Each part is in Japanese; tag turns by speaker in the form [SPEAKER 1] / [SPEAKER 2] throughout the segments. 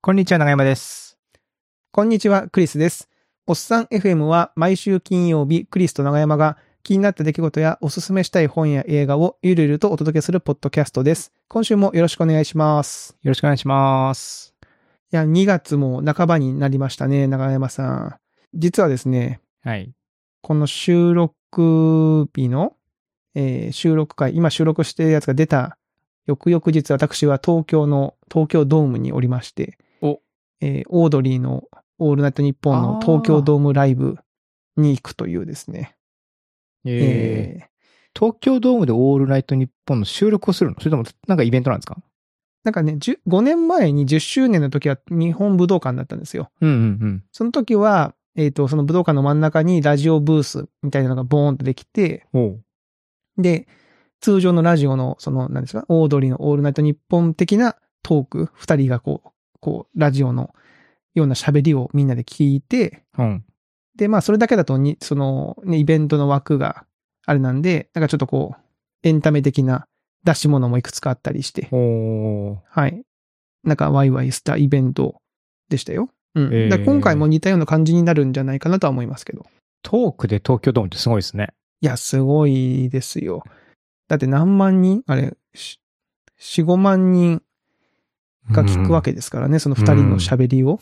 [SPEAKER 1] こんにちは、長山です。
[SPEAKER 2] こんにちは、クリスです。おっさん FM は毎週金曜日、クリスと長山が気になった出来事やおすすめしたい本や映画をゆるゆるとお届けするポッドキャストです。今週もよろしくお願いします。
[SPEAKER 1] よろしくお願いします。
[SPEAKER 2] いや、2月も半ばになりましたね、長山さん。実はですね、
[SPEAKER 1] はい。
[SPEAKER 2] この収録日の、えー収録会、今収録してるやつが出た翌々日、私は東京の、東京ドームにおりまして、
[SPEAKER 1] お
[SPEAKER 2] えーオードリーのオールナイトニッポン
[SPEAKER 1] あ
[SPEAKER 2] の
[SPEAKER 1] ー
[SPEAKER 2] 東京ドームライブに行くというですね。
[SPEAKER 1] えー東京ドームでオールナイト日本の収録をするのそれともなんかイベントなんですか
[SPEAKER 2] なんかね、10 5年前に10周年の時は日本武道館だったんですよ。
[SPEAKER 1] うんうん
[SPEAKER 2] その時は、えっ、と、その武道館の真ん中にラジオブースみたいなのがボーンとできて、
[SPEAKER 1] うん。おう。
[SPEAKER 2] で、通常のラジオの、その、何ですか、オードリーのオールナイト日本的なトーク、二人がこう、こう、ラジオのような喋りをみんなで聞いて、
[SPEAKER 1] うん。
[SPEAKER 2] で、まあ、それだけだとに、その、ね、イベントの枠があれなんで、なんかちょっとこう、エンタメ的な出し物もいくつかあったりして、
[SPEAKER 1] おー。
[SPEAKER 2] はい。なんか、ワイワイしたイベントでしたよ。うん。
[SPEAKER 1] えー
[SPEAKER 2] だから今回も似たような感じになるんじゃないかなとは思いますけど。
[SPEAKER 1] トークで東京ドームってすごいですね。
[SPEAKER 2] いや、すごいですよ。だって何万人あれ、し4、5万人が聞くわけですからね、その2人の喋りを。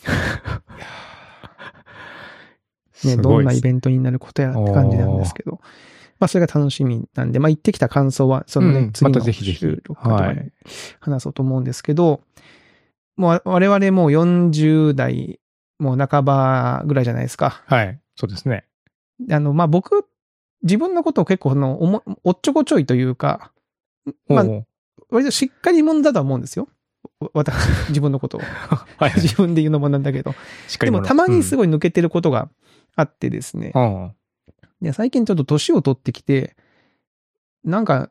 [SPEAKER 1] うん。
[SPEAKER 2] ね、どんなイ
[SPEAKER 1] ン
[SPEAKER 2] ベントになることやって感じなんですけど。まあ、それが楽しみなんで、まあ、行ってきた感想は、そのね、
[SPEAKER 1] うん
[SPEAKER 2] 次
[SPEAKER 1] ま
[SPEAKER 2] の
[SPEAKER 1] たぜひぜひ
[SPEAKER 2] 収録とか
[SPEAKER 1] は
[SPEAKER 2] に話そうと思うんですけど、もう我々もう40代、もう半ばぐらいじゃないですか。
[SPEAKER 1] トはい。そうですね。
[SPEAKER 2] あの、まあ、僕、自分のことを結構、その、おもおっちょこちょいというか、まあ
[SPEAKER 1] おう
[SPEAKER 2] 割としっかり者だとは思うんですよ。わ私、自分の ことを。
[SPEAKER 1] はい。
[SPEAKER 2] 自分で言うのもなんだけど。
[SPEAKER 1] しっか
[SPEAKER 2] で
[SPEAKER 1] り者
[SPEAKER 2] もたまにすごい抜けてることがあってですね。
[SPEAKER 1] うんうん
[SPEAKER 2] で最近ちょっと年を取ってきて、なんか、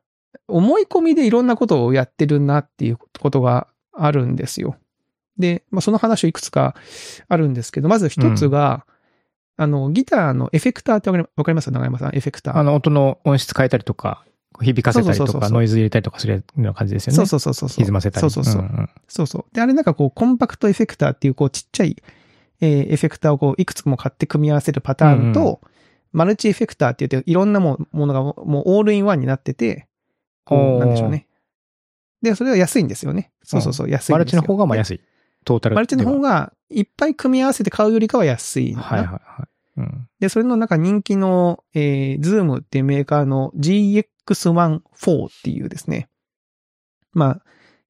[SPEAKER 2] 思い込みでいろんなことをやってるなっていうことがあるんですよ。で、まあ、その話をいくつかあるんですけど、まず一つが、あの、ギターのエフェクターってわかりわかります長山さん、エフェクター。
[SPEAKER 1] あの、音の音質変えたりとか、響かせたり
[SPEAKER 2] そう
[SPEAKER 1] と
[SPEAKER 2] そうそうそ
[SPEAKER 1] か、
[SPEAKER 2] う
[SPEAKER 1] ノイズ入れたりとかするような感じですよね。
[SPEAKER 2] そうそうそうそうそう。
[SPEAKER 1] 歪ませたり。
[SPEAKER 2] そうそうそう。
[SPEAKER 1] んん
[SPEAKER 2] そうそう。で、あれなんかこう、コンパクトエフェクターっていう、こう、ちっちゃい、えーエフェクターをこう、いくつも買って組み合わせるパターンと、
[SPEAKER 1] うん
[SPEAKER 2] マルチエフェクターって言って、いろんなもものがもうもうオールインワンになってて、こ
[SPEAKER 1] おー
[SPEAKER 2] う、なんでしょうね。で、それは安いんですよね。そうそうそう、安いんですよ。
[SPEAKER 1] マルチの方がまあ
[SPEAKER 2] い。
[SPEAKER 1] 安い。トータル
[SPEAKER 2] マルチの方が、いっぱい組み合わせて買うよりかは安い
[SPEAKER 1] で
[SPEAKER 2] の
[SPEAKER 1] は。
[SPEAKER 2] かな。
[SPEAKER 1] はいはいはい。うん。
[SPEAKER 2] で、それの中人気の、えー、ズームっていうメーカーの GX14 っていうですね、まあ、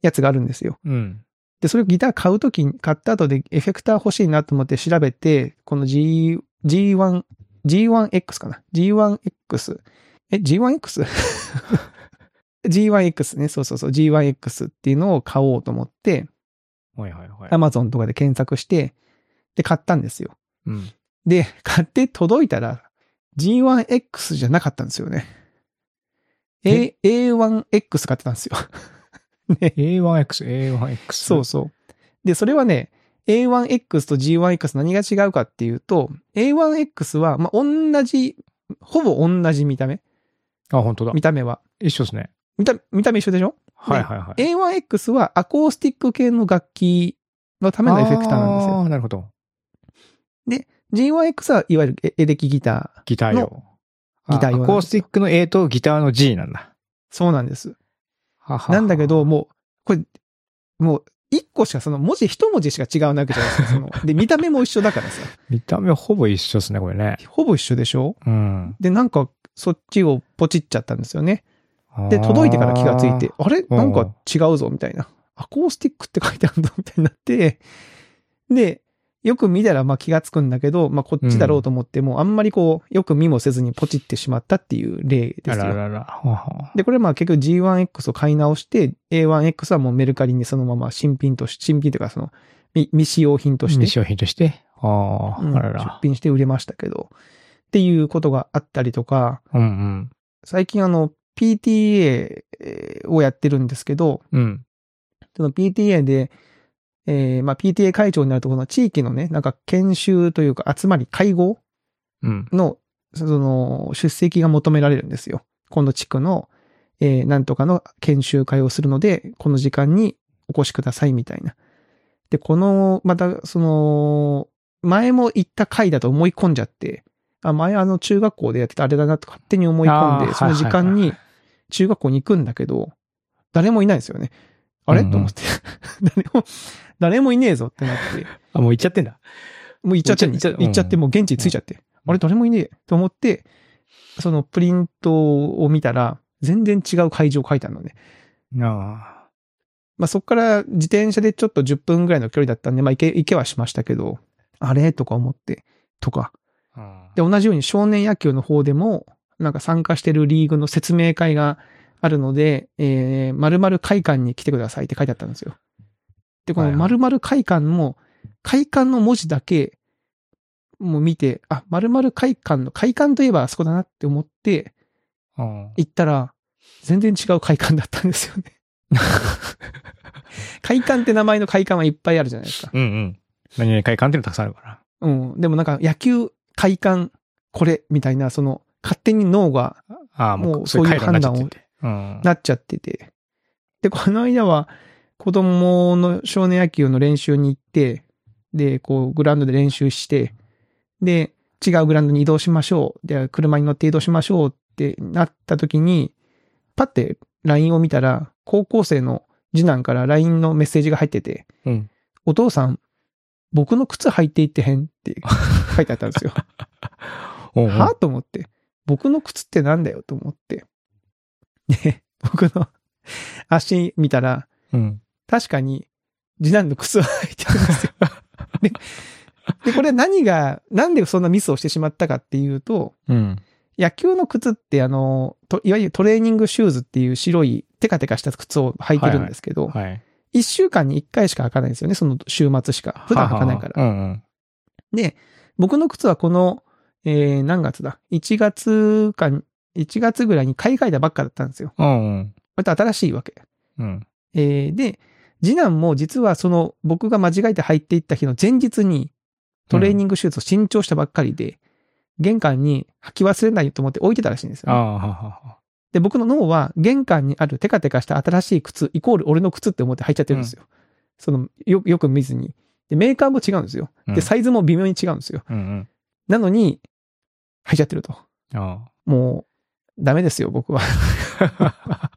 [SPEAKER 2] やつがあるんですよ。
[SPEAKER 1] うん。
[SPEAKER 2] で、それをギター買うときに、買った後でエフェクター欲しいなと思って調べて、この G、G1、G1X かな ?G1X。え、G1X? G1X ね。そうそうそう。G1X っていうのを買おうと思って、
[SPEAKER 1] はいはいはい。
[SPEAKER 2] Amazon とかで検索して、で、買ったんですよ。
[SPEAKER 1] うん。
[SPEAKER 2] で、買って届いたら、G1X じゃなかったんですよね。A、A1X 買ってたんですよ。ね。
[SPEAKER 1] A1X、A1X。
[SPEAKER 2] そうそう。で、それはね、A1X と G1X 何が違うかっていうと、A1X は、まあ、同じ、ほぼ同じ見た目
[SPEAKER 1] あ、本当だ
[SPEAKER 2] 見。た目は。
[SPEAKER 1] 一緒ですね。
[SPEAKER 2] 見た、見た目一緒でしょ
[SPEAKER 1] はいはいはい。
[SPEAKER 2] ?A1X はアコースティック系の楽器のためのエフェクターなんです
[SPEAKER 1] あ
[SPEAKER 2] よ。
[SPEAKER 1] あ、なるほど。
[SPEAKER 2] G1X はいわゆるエエレキギター。
[SPEAKER 1] ギター用。
[SPEAKER 2] ギター用なんですよ
[SPEAKER 1] あアコースティックの A とギターの G なんだ。
[SPEAKER 2] そうなんです。
[SPEAKER 1] はは
[SPEAKER 2] なんだけど、、もう、これ、もう、一個しか、その文字、一文字しか違うわけじゃないですか。そので、見た目も一緒だからさ。
[SPEAKER 1] 見た目ほぼ一緒ですね、これね。
[SPEAKER 2] ほぼ一緒でしょ
[SPEAKER 1] うん。
[SPEAKER 2] で、なんか、そっちをポチっちゃったんですよね。で、届いてから気がついて、あれ
[SPEAKER 1] うん
[SPEAKER 2] なんか違うぞ、みたいな。アコースティックって書いてあるぞ、みたいになって、で、よく見たら、まあ気がつくんだけど、まあこっちだろうと思って、もうあんまりこう、よく見もせずにポチってしまったっていう例
[SPEAKER 1] あ
[SPEAKER 2] で
[SPEAKER 1] ー
[SPEAKER 2] す
[SPEAKER 1] あら
[SPEAKER 2] よ。
[SPEAKER 1] ららら。はは
[SPEAKER 2] で、これまあ結局 G1X を買い直して、A1X はもうメルカリにそのまま新品とし、新品というかその、み未使用品として
[SPEAKER 1] 未、商品として。ああ、
[SPEAKER 2] うん
[SPEAKER 1] あら
[SPEAKER 2] 出
[SPEAKER 1] ら。
[SPEAKER 2] 品して売れましたけど、っていうことがあったりとか、
[SPEAKER 1] うん
[SPEAKER 2] 最近あの、PTA えーをやってるんですけど、
[SPEAKER 1] うん。うん。
[SPEAKER 2] その PTA で、えーまあ PTA 会長になると、この地域のね、なんか研修というか、集まり、会合
[SPEAKER 1] うん。
[SPEAKER 2] の、その、出席が求められるんですよ。この地区の、えーなんとかの研修会をするので、この時間にお越しくださいみたいな。で、この、また、その、前も言った回だと思い込んじゃって、あ、前あの中学校でやってたあれだなと勝手に思い込ん
[SPEAKER 1] あー
[SPEAKER 2] で、その時間
[SPEAKER 1] はいはい
[SPEAKER 2] に中学校に行くんだけど、誰もいないんですよね。あれ、
[SPEAKER 1] うんうん
[SPEAKER 2] と思って。 誰も、誰もいねえぞってなって、
[SPEAKER 1] あ、もう行っちゃってんだ。
[SPEAKER 2] もう行っちゃってんです、
[SPEAKER 1] 行っちゃうん
[SPEAKER 2] 行っちゃって、もう現地に着いちゃって、あれ、誰もいねえと思って、そのプリントを見たら、全然違う会場書いてあるのね。
[SPEAKER 1] ああ。
[SPEAKER 2] まあ、そこから自転車でちょっと10分ぐらいの距離だったんで、まあ、行け、行けはしましたけど、あれとか思って、とか。で、同じように少年野球の方でも、なんか参加してるリーグの説明会があるので、えー、〇〇会館に来てくださいって書いてあったんですよ。で、こ
[SPEAKER 1] は
[SPEAKER 2] の
[SPEAKER 1] いはい
[SPEAKER 2] 〇〇会館も、会館の文字だけ、もう見て、あ、〇〇会館の、会館といえばあそこだなって思って、
[SPEAKER 1] うん
[SPEAKER 2] 行ったら、全然違う会館だったんです よね。会館って名前の会館はいっぱいあるじゃないですか。
[SPEAKER 1] うんうん。何々会館っていうのたくさんあるから。
[SPEAKER 2] うん。でもなんか野球、会館、これ、みたいな、その、勝手に脳が
[SPEAKER 1] ああ、も
[SPEAKER 2] も
[SPEAKER 1] う
[SPEAKER 2] う
[SPEAKER 1] そういう
[SPEAKER 2] そういう
[SPEAKER 1] 判断を。
[SPEAKER 2] 判
[SPEAKER 1] うん。
[SPEAKER 2] なっちゃってて。で、この間は、子供の少年野球の練習に行って、で、こう、グラウンドで練習して、で、違うグラウンドに移動しましょう。で、車に乗って移動しましょうってなった時に、パッて LINE を見たら、高校生の次男から LINE のメッセージが入ってて、
[SPEAKER 1] うん。
[SPEAKER 2] お父さん、僕の靴履いていってへんって書いてあったんですよ。
[SPEAKER 1] おうおう
[SPEAKER 2] はと思って。僕の靴ってなんだよと思って。で、僕の 足見たら、
[SPEAKER 1] うん。
[SPEAKER 2] 確かに、次男の靴を履いてるん ですよ。で、でこれ何が、なんでそんなミスをしてしまったかっていうと、
[SPEAKER 1] うん。
[SPEAKER 2] 野球の靴ってあの、といわゆるトレーニングシューズっていう白いテカテカした靴を履いてるんですけど、一
[SPEAKER 1] はい。
[SPEAKER 2] 1週間に1回しか履かないんですよね、その週末しか。普段履かないから。
[SPEAKER 1] はははうんうん。
[SPEAKER 2] で、僕の靴はこの、えー、何月だ ?1 月か、1月ぐらいに買い替えたばっかだったんですよ。
[SPEAKER 1] うんうん。
[SPEAKER 2] また新しいわけ。
[SPEAKER 1] うん。
[SPEAKER 2] えー、で、次男も実はその僕が間違えて入っていった日の前日にトレーニングシューズを新調したばっかりで、玄関に履き忘れないと思って置いてたらしいんですよ
[SPEAKER 1] あ
[SPEAKER 2] ね、
[SPEAKER 1] あ、ははは。
[SPEAKER 2] で、僕の脳は玄関にあるテカテカした新しい靴イコール俺の靴って思って履いちゃってるんですよ。そのよ、よく見ずに。で、メーカーも違うんですよ。
[SPEAKER 1] うん
[SPEAKER 2] で、サイズも微妙に違うんですよ。
[SPEAKER 1] うん
[SPEAKER 2] なのに、履いちゃってると。
[SPEAKER 1] うん。あ
[SPEAKER 2] もう、ダメですよ、僕は。
[SPEAKER 1] あ。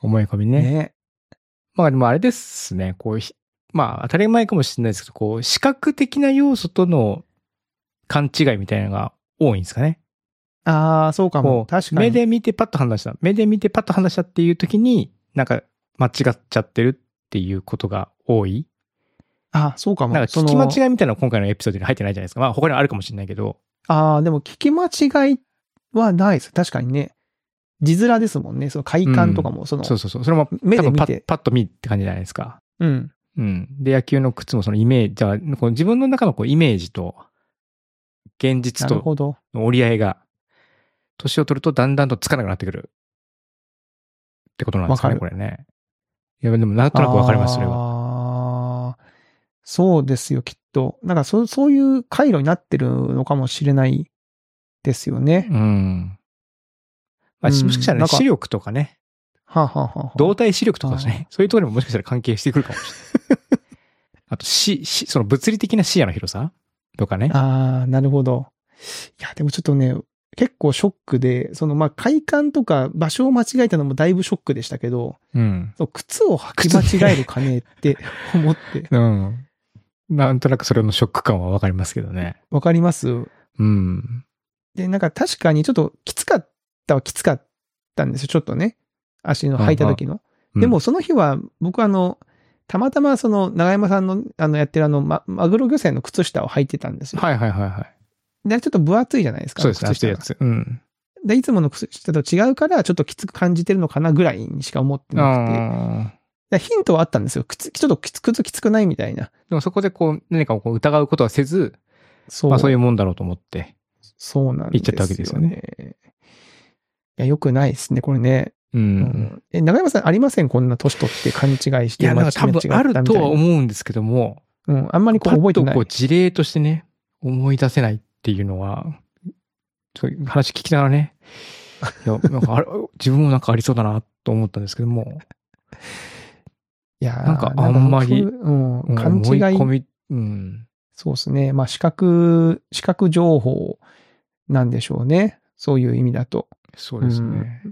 [SPEAKER 1] 思い込みね。まあでもあれですね、こうひ、まあ当たり前かもしれないですけど、こう、視覚的な要素との勘違いみたいなのが多いんですかね。
[SPEAKER 2] ああ、そうか
[SPEAKER 1] こ
[SPEAKER 2] も。
[SPEAKER 1] う
[SPEAKER 2] 確かに。
[SPEAKER 1] 目で見てパッと判断した。目で見てパッと判断したっていう時に、なんか間違っちゃってるっていうことが多い。
[SPEAKER 2] ああ、そうかも。
[SPEAKER 1] なんか
[SPEAKER 2] そ
[SPEAKER 1] 聞き間
[SPEAKER 2] の
[SPEAKER 1] 違いみたいなのは今回のエピソードに入ってないじゃないですか。まあ他にはあるかもしれないけど。
[SPEAKER 2] ああ、でも聞き間違いはないです。確かにね。字面ですもんね。その快感とかも、その、
[SPEAKER 1] そうそうそう。それも
[SPEAKER 2] 目
[SPEAKER 1] 多
[SPEAKER 2] で
[SPEAKER 1] 分
[SPEAKER 2] 見
[SPEAKER 1] パッ
[SPEAKER 2] て。
[SPEAKER 1] パッと見って感じじゃないですか。
[SPEAKER 2] うん。
[SPEAKER 1] うん。で、野球の靴もそのイメージ、じゃあこう自分の中のこうイメージと、現実
[SPEAKER 2] な
[SPEAKER 1] と
[SPEAKER 2] るほど。
[SPEAKER 1] の折り合いが、年を取るとだんだんとつかなくなってくる。ってことなんですかね、
[SPEAKER 2] わ
[SPEAKER 1] こ
[SPEAKER 2] か
[SPEAKER 1] れね。いや、でもなんとなくわかります、それは。
[SPEAKER 2] は。そうですよ、きっと。なんかそ、そういう回路になってるのかもしれないですよね。
[SPEAKER 1] うん。まあ、
[SPEAKER 2] うん
[SPEAKER 1] もしかしたら
[SPEAKER 2] な
[SPEAKER 1] ね、
[SPEAKER 2] んか
[SPEAKER 1] 視力とかね、
[SPEAKER 2] はあ、はあはあはあ、
[SPEAKER 1] 動体視力とかですね、そういうところにももしかしたら関係してくるかもしれない。 あと、視、視、その物理的な視野の広さとかね。
[SPEAKER 2] ああ、なるほど。いや、でもちょっとね、結構ショックで、そのまあ、快感とか場所を間違えたのもだいぶショックでしたけど、
[SPEAKER 1] うん。
[SPEAKER 2] その靴を履き間違えるかねって 思って、
[SPEAKER 1] うん。なんとなくそれのショック感はわかりますけどね。
[SPEAKER 2] わかります
[SPEAKER 1] うん。
[SPEAKER 2] で、なんか確かにちょっときつかったはきつかったんですよ、ちょっとね。足の履いた時の。
[SPEAKER 1] うん
[SPEAKER 2] でも、その日は、僕あの、たまたまその、長山さんの、あの、やってるあの、ま、マグロ漁船の靴下を履いてたんですよ。
[SPEAKER 1] はいはいはいはい。
[SPEAKER 2] で、ちょっと分厚いじゃないですか。
[SPEAKER 1] そうですね、
[SPEAKER 2] 靴下
[SPEAKER 1] 熱い
[SPEAKER 2] が
[SPEAKER 1] やつ。うん。
[SPEAKER 2] で、いつもの靴下と違うから、ちょっときつく感じてるのかなぐらいにしか思ってなくて。
[SPEAKER 1] あー
[SPEAKER 2] でヒントはあったんですよ。靴、ちょっときつ靴きつくないみたいな。
[SPEAKER 1] でもそこでこう、何かをこう疑うことはせず、
[SPEAKER 2] そう。
[SPEAKER 1] まあそういうもんだろうと思って。
[SPEAKER 2] そうなんですよ、ね。
[SPEAKER 1] 言っちゃったわけですよね。
[SPEAKER 2] いや、よくないですね、これね。
[SPEAKER 1] う。
[SPEAKER 2] うんえ、長山さんありませんこんな年取って勘違いし
[SPEAKER 1] い
[SPEAKER 2] て。
[SPEAKER 1] や、なんか
[SPEAKER 2] 間
[SPEAKER 1] 多
[SPEAKER 2] 違
[SPEAKER 1] 分あるとは
[SPEAKER 2] う。
[SPEAKER 1] 思うんですけども、
[SPEAKER 2] うん、あんまりこう
[SPEAKER 1] パ
[SPEAKER 2] 覚え
[SPEAKER 1] ッ
[SPEAKER 2] て
[SPEAKER 1] と
[SPEAKER 2] ない
[SPEAKER 1] こう。事例としてね、思い出せないっていうのは、そういう話聞きながらね、 いや、なんかあれ自分もなんかありそうだなと思ったんですけども、
[SPEAKER 2] いやー
[SPEAKER 1] なんかあんまり
[SPEAKER 2] なんかそううん、
[SPEAKER 1] うん
[SPEAKER 2] 勘違
[SPEAKER 1] 思い
[SPEAKER 2] い
[SPEAKER 1] 込み、うん。
[SPEAKER 2] そうですね。まあ、視覚、視覚情報なんでしょうね。そういう意味だと。
[SPEAKER 1] そうですね。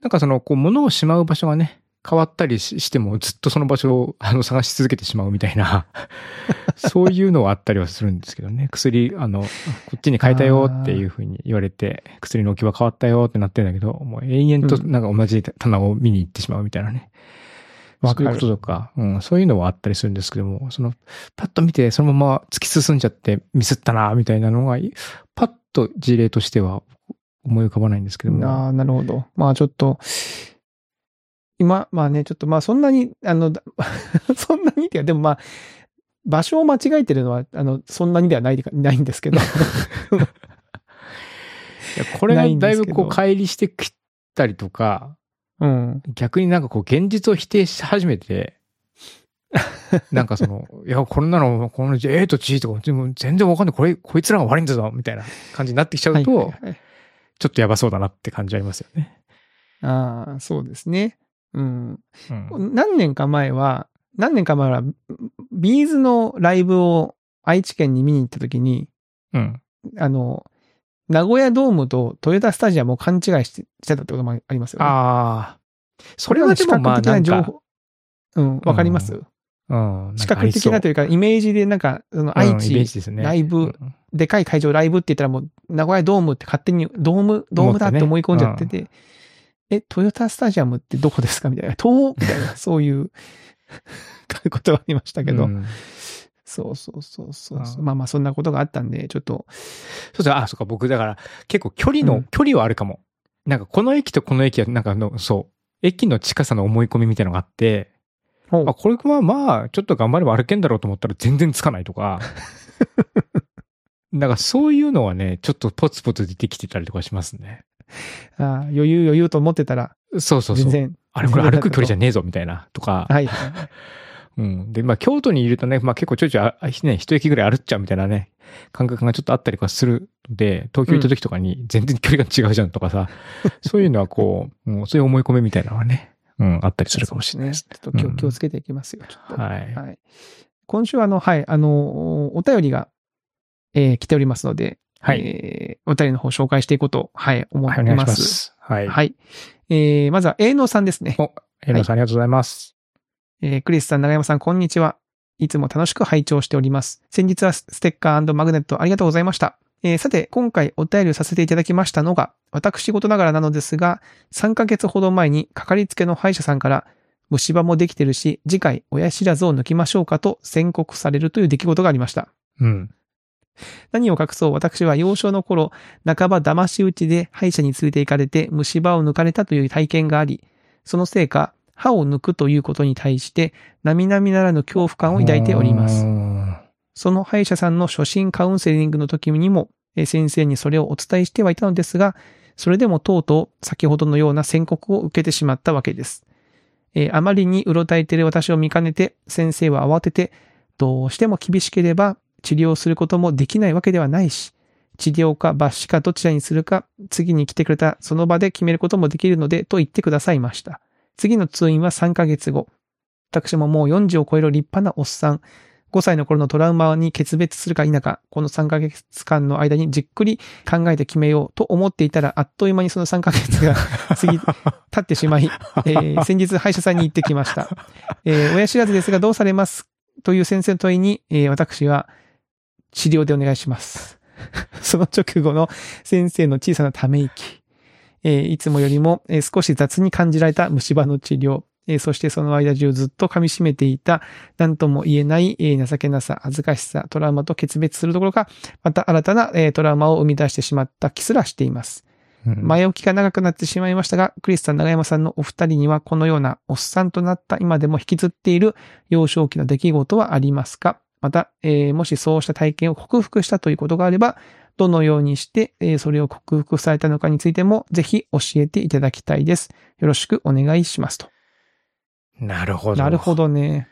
[SPEAKER 1] なんかその、こう、物をしまう場所がね、変わったりししても、ずっとその場所をあの探し続けてしまうみたいな、そういうのはあったりはするんですけどね。薬、あの、こっちに変えたよっていうふうに言われて、薬の置き場変わったよってなってるんだけど、もう延々と
[SPEAKER 2] うん
[SPEAKER 1] なんか同じ棚を見に行ってしまうみたいなね。
[SPEAKER 2] わかる
[SPEAKER 1] そういうこととか、うん、そういうのはあったりするんですけども、その、パッと見て、そのまま突き進んじゃってミスったな、みたいなのが、パッと事例としては思い浮かばないんですけども。
[SPEAKER 2] ああ、なるほど。まあ、ちょっと、今、まあね、ちょっとまあ、そんなに、あの、だ そんなにでは、でもまあ、場所を間違えてるのは、あの、そんなにではないでかないんです けど。
[SPEAKER 1] いやこれが
[SPEAKER 2] ないん
[SPEAKER 1] だ
[SPEAKER 2] で
[SPEAKER 1] い
[SPEAKER 2] す
[SPEAKER 1] ぶ
[SPEAKER 2] けど
[SPEAKER 1] こう乖離してきたりとか、
[SPEAKER 2] うん。
[SPEAKER 1] 逆になんかこう現実を否定し始め て、なんかその、いや、こんなの、この A と G とか、でも全然わかんない。これ、こいつらが悪いんだぞ、みたいな感じになってきちゃうと、
[SPEAKER 2] はいはいはい
[SPEAKER 1] ちょっとやばそうだなって感じありますよね。
[SPEAKER 2] ああ、そうですね。うん。
[SPEAKER 1] うん。
[SPEAKER 2] 何年か前は、何年か前は、ビーズのライブを愛知県に見に行った時に、
[SPEAKER 1] うん。
[SPEAKER 2] あの、名古屋ドームとトヨタスタジアムを勘違いしてしてたってこともありますよね。
[SPEAKER 1] ああ。それはでもまあ
[SPEAKER 2] 視覚
[SPEAKER 1] なん
[SPEAKER 2] 的な情
[SPEAKER 1] か、
[SPEAKER 2] 報。うん、わかります、
[SPEAKER 1] うん。
[SPEAKER 2] 視覚的なと
[SPEAKER 1] い
[SPEAKER 2] い
[SPEAKER 1] う
[SPEAKER 2] うか、イメージでなんか、その
[SPEAKER 1] ありそう
[SPEAKER 2] 愛
[SPEAKER 1] うんイメー
[SPEAKER 2] 知、
[SPEAKER 1] ジですね。
[SPEAKER 2] ライブ
[SPEAKER 1] うん
[SPEAKER 2] でかい会場ライブって言ったらもう、名古屋ドームって勝手にドーム、ドームだって思い込んじゃってて、え、トヨタスタジアムってどこですかみたいな、東みたい な、そういうことがありましたけど、
[SPEAKER 1] うん
[SPEAKER 2] そうそうそうそうそう
[SPEAKER 1] うん
[SPEAKER 2] まあまあ、そんなことがあったんで、ちょっと、
[SPEAKER 1] そうそう、あ、そうか、僕、だから、結構距離の、
[SPEAKER 2] うん
[SPEAKER 1] 距離はあるかも。なんか、この駅とこの駅は、なんかあの、そう、駅の近さの思い込みみたいのがあって、
[SPEAKER 2] ほう
[SPEAKER 1] あ、これはまあ、ちょっと頑張れば歩けんだろうと思ったら全然つかないとか。 なんか、そういうのはね、ちょっとポツポツ出てきてたりとかしますね。
[SPEAKER 2] あー余裕余裕と思ってたら、
[SPEAKER 1] そうそうそ
[SPEAKER 2] 全
[SPEAKER 1] う。
[SPEAKER 2] 然。
[SPEAKER 1] あれ、これ歩く距離じゃねえぞ、みたいな、とか。
[SPEAKER 2] はいはい。
[SPEAKER 1] うん。で、まあ、京都にいるとね、まあ結構ちょいちょい、あね、一駅ぐらい歩っちゃうみたいなね、感覚がちょっとあったりとかするので、東京行った時とかに全然距離が違うじゃんと かさ、そういうのはこう、うんそういう思い込みみたいなのはね、うん、あったりするかもしれないです。
[SPEAKER 2] ちょっと気を
[SPEAKER 1] うん
[SPEAKER 2] 気をつけていきますよ、ちょっと。
[SPEAKER 1] はい
[SPEAKER 2] はい。今週は、あの、はい、あの、お便りが、えー来ておりますので、
[SPEAKER 1] はい。
[SPEAKER 2] えーお便りの方紹介していこうと、はい、思
[SPEAKER 1] はいい、お願いし
[SPEAKER 2] ま。
[SPEAKER 1] ますす。はい。
[SPEAKER 2] はい。えーまずは、営農さんですね。
[SPEAKER 1] おエロさんありがとうございます。
[SPEAKER 2] えークリスさん、長山さん、こんにちは。いつも楽しく拝聴しております。先日はステッカーマグネットありがとうございました。えーさて、今回お便りをさせていただきましたのが、私事ながらなのですが、3ヶ月ほど前にかかりつけの歯医者さんから、虫歯もできてるし、次回親知らずを抜きましょうかと宣告されるという出来事がありました。
[SPEAKER 1] うん。
[SPEAKER 2] 何を隠そう、私は幼少の頃、半ば騙し討ちで歯医者に連れて行かれて虫歯を抜かれたという体験があり、そのせいか、歯を抜くということに対して、並々ならぬ恐怖感を抱いておりま
[SPEAKER 1] う
[SPEAKER 2] す。
[SPEAKER 1] ん
[SPEAKER 2] その歯医者さんの初心カウンセリングの時にも、えー先生にそれをお伝えしてはいたのですが、それでもとうとう先ほどのような宣告を受けてしまったわけです。えーあまりにうろたえている私を見かねて、先生は慌てて、どうしても厳しければ治療することもできないわけではないし、治療か抜歯かどちらにするか、次に来てくれたその場で決めることもできるので、と言ってくださいました。次の通院は3ヶ月後。私ももう40を超える立派なおっさん、5歳の頃のトラウマに決別するか否か、この3ヶ月間の間にじっくり考えて決めようと思っていたら、あっという間にその3ヶ月が過ぎ、経ってしまい、えー先日歯医者さんに行ってきました。えー親知らずですがどうされますという先生の問いに、えー私は、治療でお願いします。 その直後の先生の小さなため息。えーいつもよりも、えー少し雑に感じられた虫歯の治療。えーそしてその間中ずっと噛み締めていた何とも言えない、えー情けなさ、恥ずかしさ、トラウマと決別するどころか、また新たな、えートラウマを生み出してしまった気すらしています。
[SPEAKER 1] うん
[SPEAKER 2] 前置きが長くなってしまいましたが、クリスさん、長山さんのお二人には、このようなおっさんとなった今でも引きずっている幼少期の出来事はありますかまた、えーもしそうした体験を克服したということがあれば、どのようにして、えーそれを克服されたのかについても、ぜひ教えていただきたいです。よろしくお願いしますと。
[SPEAKER 1] なるほど。
[SPEAKER 2] なるほ。どね。